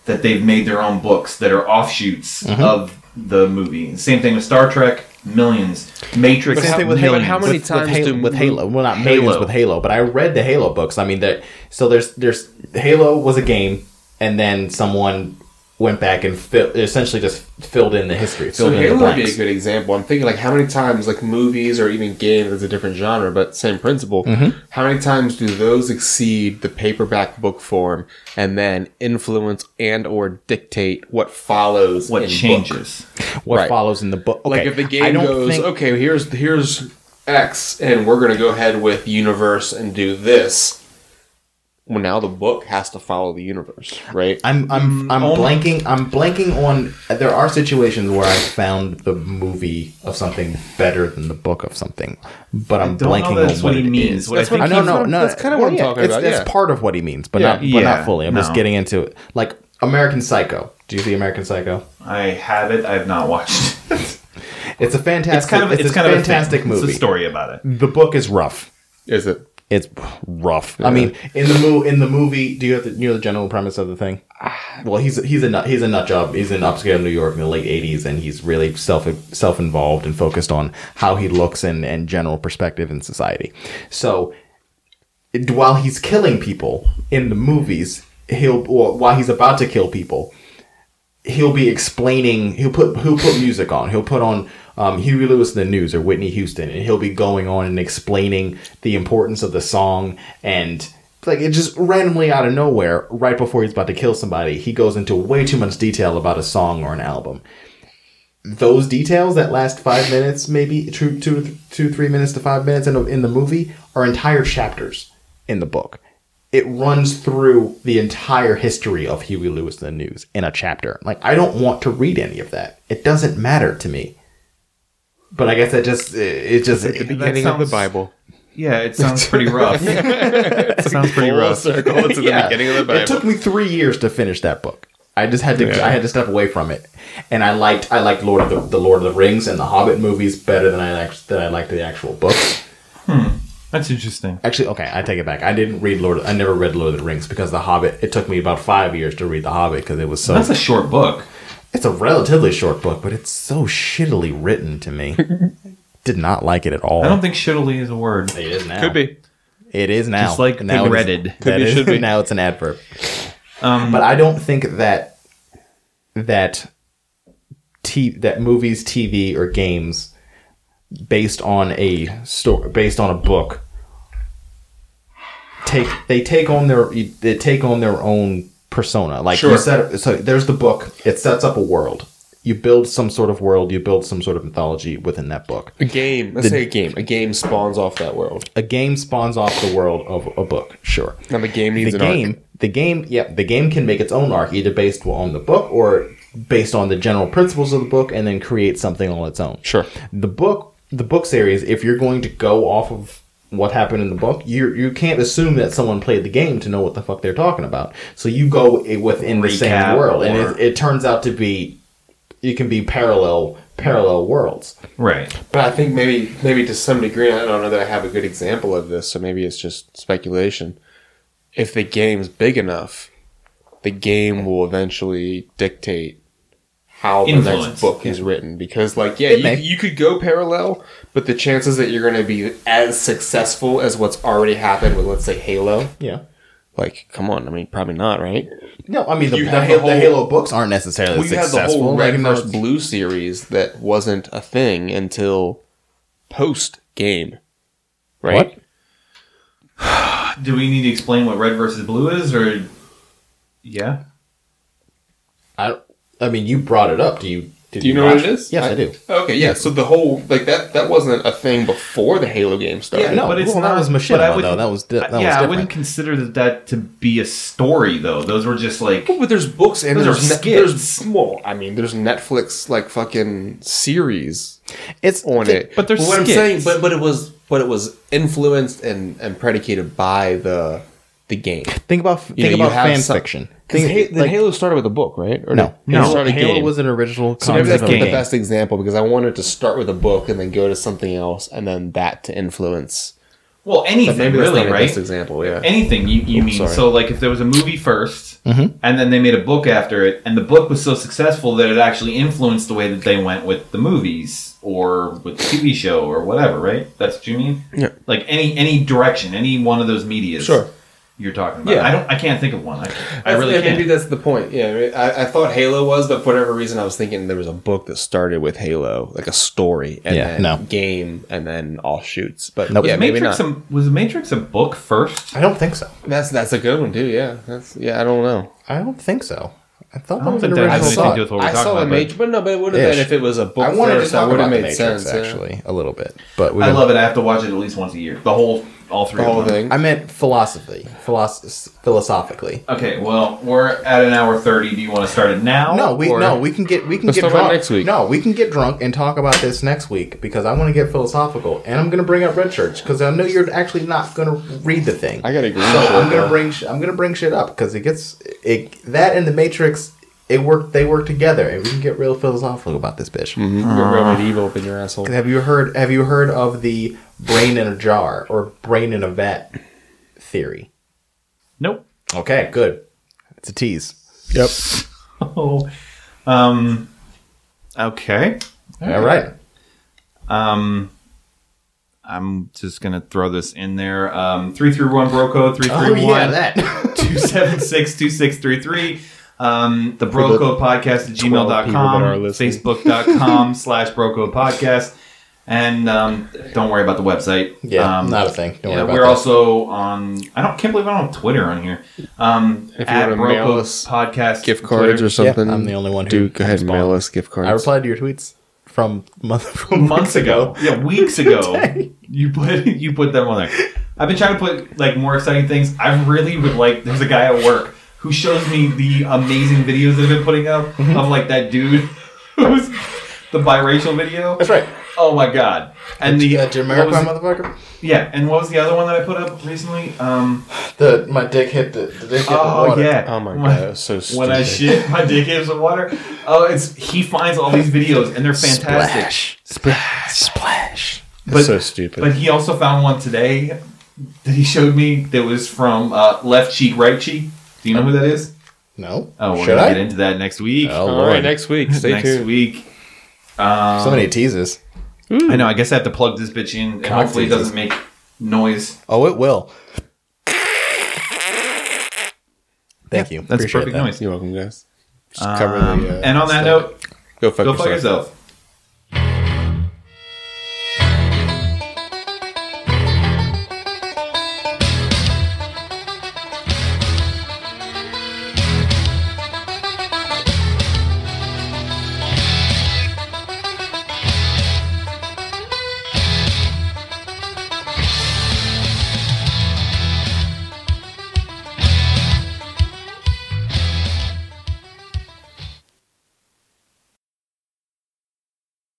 That they've made their own books that are offshoots Mm-hmm. of the movie. Same thing with Star Trek, millions. Matrix, Same thing with Halo. millions. With- with Halo, with Halo? Well, not millions Halo. with Halo, but I read the Halo books. I mean, that so there's there's Halo was a game, and then someone went back and fill, essentially just filled in the history, So filled in the Halo would be a blanks. good example. I'm thinking like how many times like movies or even games is a different genre, but same principle. Mm-hmm. How many times do those exceed the paperback book form and then influence and or dictate what follows? What in book? changes? What Right. follows in the book? Okay. Like if the I game don't goes, think- okay, here's here's X, and we're gonna go ahead with universe and do this. Well, now the book has to follow the universe, right? I'm Mm, I'm I'm blanking I'm blanking on there are situations where I found the movie of something better than the book of something, but I'm Don't blanking know that's on what what he it means. is. What I think I he- don't know. of- No, that's kind of what I'm talking it's, about, It's yeah. part of what he means, but Yeah. not but not Yeah, fully. I'm just no. getting into it. Like American Psycho. Do you see American Psycho? I have it. I have not watched. it. It's a fantastic. It's kind of it's, a kind of a thing. fantastic movie. It's a story about it. The book is rough. Is it? It's rough. I mean, in the mo- in the movie, do you have the, you know the general premise of the thing? Ah, Well, he's he's a nut, he's a nut job. He's in upscale New York in the late '80s, and he's really self self involved and focused on how he looks and and general perspective in society. So, it- while he's killing people in the movies, he'll or while he's about to kill people, he'll be explaining he'll put he'll put music on he'll put on um, Huey Lewis in the News or Whitney Houston and he'll be going on and explaining the importance of the song and like it just randomly out of nowhere right before he's about to kill somebody he goes into way too much detail about a song or an album those details that last five minutes maybe two two two three minutes to five minutes in, a, in the movie are entire chapters in the book it runs through the entire history of Huey Lewis in the news in a chapter. Like I don't want to read any of that. It doesn't matter to me. But I guess that just it just The beginning of sounds- the Bible. Yeah, it sounds pretty rough. it sounds pretty rough. circle to the Yeah. beginning of the Bible. It took me three years to finish that book. I just had to I had to step away from it, and I liked I liked Lord of the, the Lord of the Rings and the Hobbit movies better than I act- than I liked the actual books. That's interesting. Actually, okay, I take it back. I didn't read Lord. I never read Lord of the Rings because the Hobbit. It took me about five years to read the Hobbit because it was so. That's a short book. It's a relatively short book, but it's so shittily written to me. Did not like it at all. I don't think shittily is a word. it is now. Could be. It is now. Just like now regretted. Could be, should be. Now it's an adverb. but I don't think that that t- that movies, TV, or games based on a story, based on a book, take they take on their they take on their own persona. Like you said, so there's the book. It sets up a world. You build some sort of world. You build some sort of mythology within that book A game. Let's say a game. A game spawns off that world. a game spawns off the world of a book. Sure. And the game needs The an arc. game, the game, yeah, the game can make its own arc, either based on the book or based on the general principles of the book and then create something on its own. Sure. The book the book series, if you're going to go off of what happened in the book, you you can't assume that someone played the game to know what the fuck they're talking about. So you go i- within the same Recap world, and or- it, it turns out to be it can be parallel parallel worlds. Right. But I think maybe maybe to some degree, I don't know that I have a good example of this, so maybe it's just speculation. If the game's big enough, the game will eventually dictate how the Influence. next book is written. Because like yeah, It may. you, you could go parallel, but the chances that you're gonna be as successful as what's already happened with let's say Halo, Yeah. like come on, I mean probably not, right? No, I mean the, You the, have Halo, the the whole- Halo books aren't necessarily we had successful. the whole Like, red no, versus blue series that wasn't a thing until post game, right? What? Do we need to explain what red versus blue is, or yeah? I, I mean, you brought it up. Do you? Did Do you know what watch it is? Yes, I, do. Okay, yeah. So the whole like that that wasn't a thing before the Halo game started. No, but it's well, that not- was but I Machinima though. wouldn't- That was di- that yeah, was I different. wouldn't consider that, that to be a story though. Those were just like But there's books and Those are there's, ne- skits. there's well, I mean, there's Netflix like fucking series it's on thi- it. but they're what skits. I'm saying, but but it was but it was influenced and and predicated by the the game. Think about think know, you about have fan some- fiction. Because Think- Halo, like- Halo started with a book, right? Or no, no, no. started Halo game. was an original So maybe concept that's not the game. best example because I wanted to start with a book and then go to something else and then that to influence. well But anything maybe that's really, not the right? best example. Yeah. anything you, you mean Uh, oh, sorry. Mm-hmm. so like if there was a movie 1st and then they made a book after it and the book was so successful that it actually influenced the way that they went with the movies or with the tv show or whatever right that's what you mean Yeah. like any any direction any one of those media Sure. you're talking about Yeah. i don't i can't think of one i, I really Yeah, maybe can't that's the point. Yeah, right? I, I thought Halo was, but for whatever reason, I was thinking there was a book that started with Halo, like a story, and Yeah, then no. game, and then offshoots. But Nope. yeah, maybe matrix not. a, was matrix a book first I don't think so. That's that's a good one too. Yeah, that's yeah. I don't know. I don't think so. I thought I that don't was an think that has original. anything thought. to do with what we're I talking saw a about. major, but but no, but it would have been Ish. if it was a book I wanted to first. talk That would about have the made Matrix sense. yeah. actually a little bit, but we I didn't- love it. I have to watch it at least once a year. The whole, all three. The of whole them. thing. I meant philosophy, philosoph- philosophically. Okay, well, we're at an hour thirty. Do you want to start it now? No, we or- no we can get we can Let's get talk about drunk next week. No, we can get drunk and talk about this next week because I want to get philosophical and I'm going to bring up red shirts because I know you're actually not going to read the thing. I gotta agree So with I'm that, going to though. bring sh- I'm going to bring shit up because it gets it that and the Matrix it work they work together and we can get real philosophical about this bitch. You're real medieval up in your asshole. Have you heard Have you heard of the brain in a jar or brain in a vat theory? Nope. Okay, good. It's a tease. Yep. Oh, um, okay. All right. Um, I'm just gonna throw this in there. Um, three three one bro code three Oh three yeah, one that. two seven six two six three three. Um, the bro code podcast at gmail.com, are listening. facebook.com slash bro code podcast. And um, don't worry about the website. Yeah, um, not a thing. Don't yeah, worry about we're that. also on. I don't can't believe I don't have Twitter on here. Um, If you at wanna mail Broco us Podcast Gift cards Twitter. or something. Yeah, I'm the only one who Dude, go ahead and responds. mail us gift cards. I replied to your tweets from month from months ago. Yeah, weeks ago. you put you put them on there. I've been trying to put like more exciting things. I really would like. There's a guy at work who shows me the amazing videos that I've been putting up of like that dude who's the biracial video. That's right. Oh my god! And the uh, what was it- motherfucker. yeah, and what was the other one that I put up recently? Um, The my dick hit the, the dick hit the oh water. yeah. Oh my god, that was so stupid. When I shit, my dick hits the water. Oh, it's he finds all these videos and they're fantastic. splash, splash. But, so stupid. But he also found one today that he showed me that was from uh, left cheek, right cheek. Do you know who that is? No. Oh, we're should gonna I? get into that next week. Oh, All Lord. right, next week. Stay next tuned. week. Um, so many teases. I know. I guess I have to plug this bitch in, and hopefully it doesn't make noise. Oh, it will. Thank you. That's Appreciate perfect that. noise. You're welcome, guys. Just cover Um, the, uh, and on that stuff. note, go fuck go yourself. fuck yourself.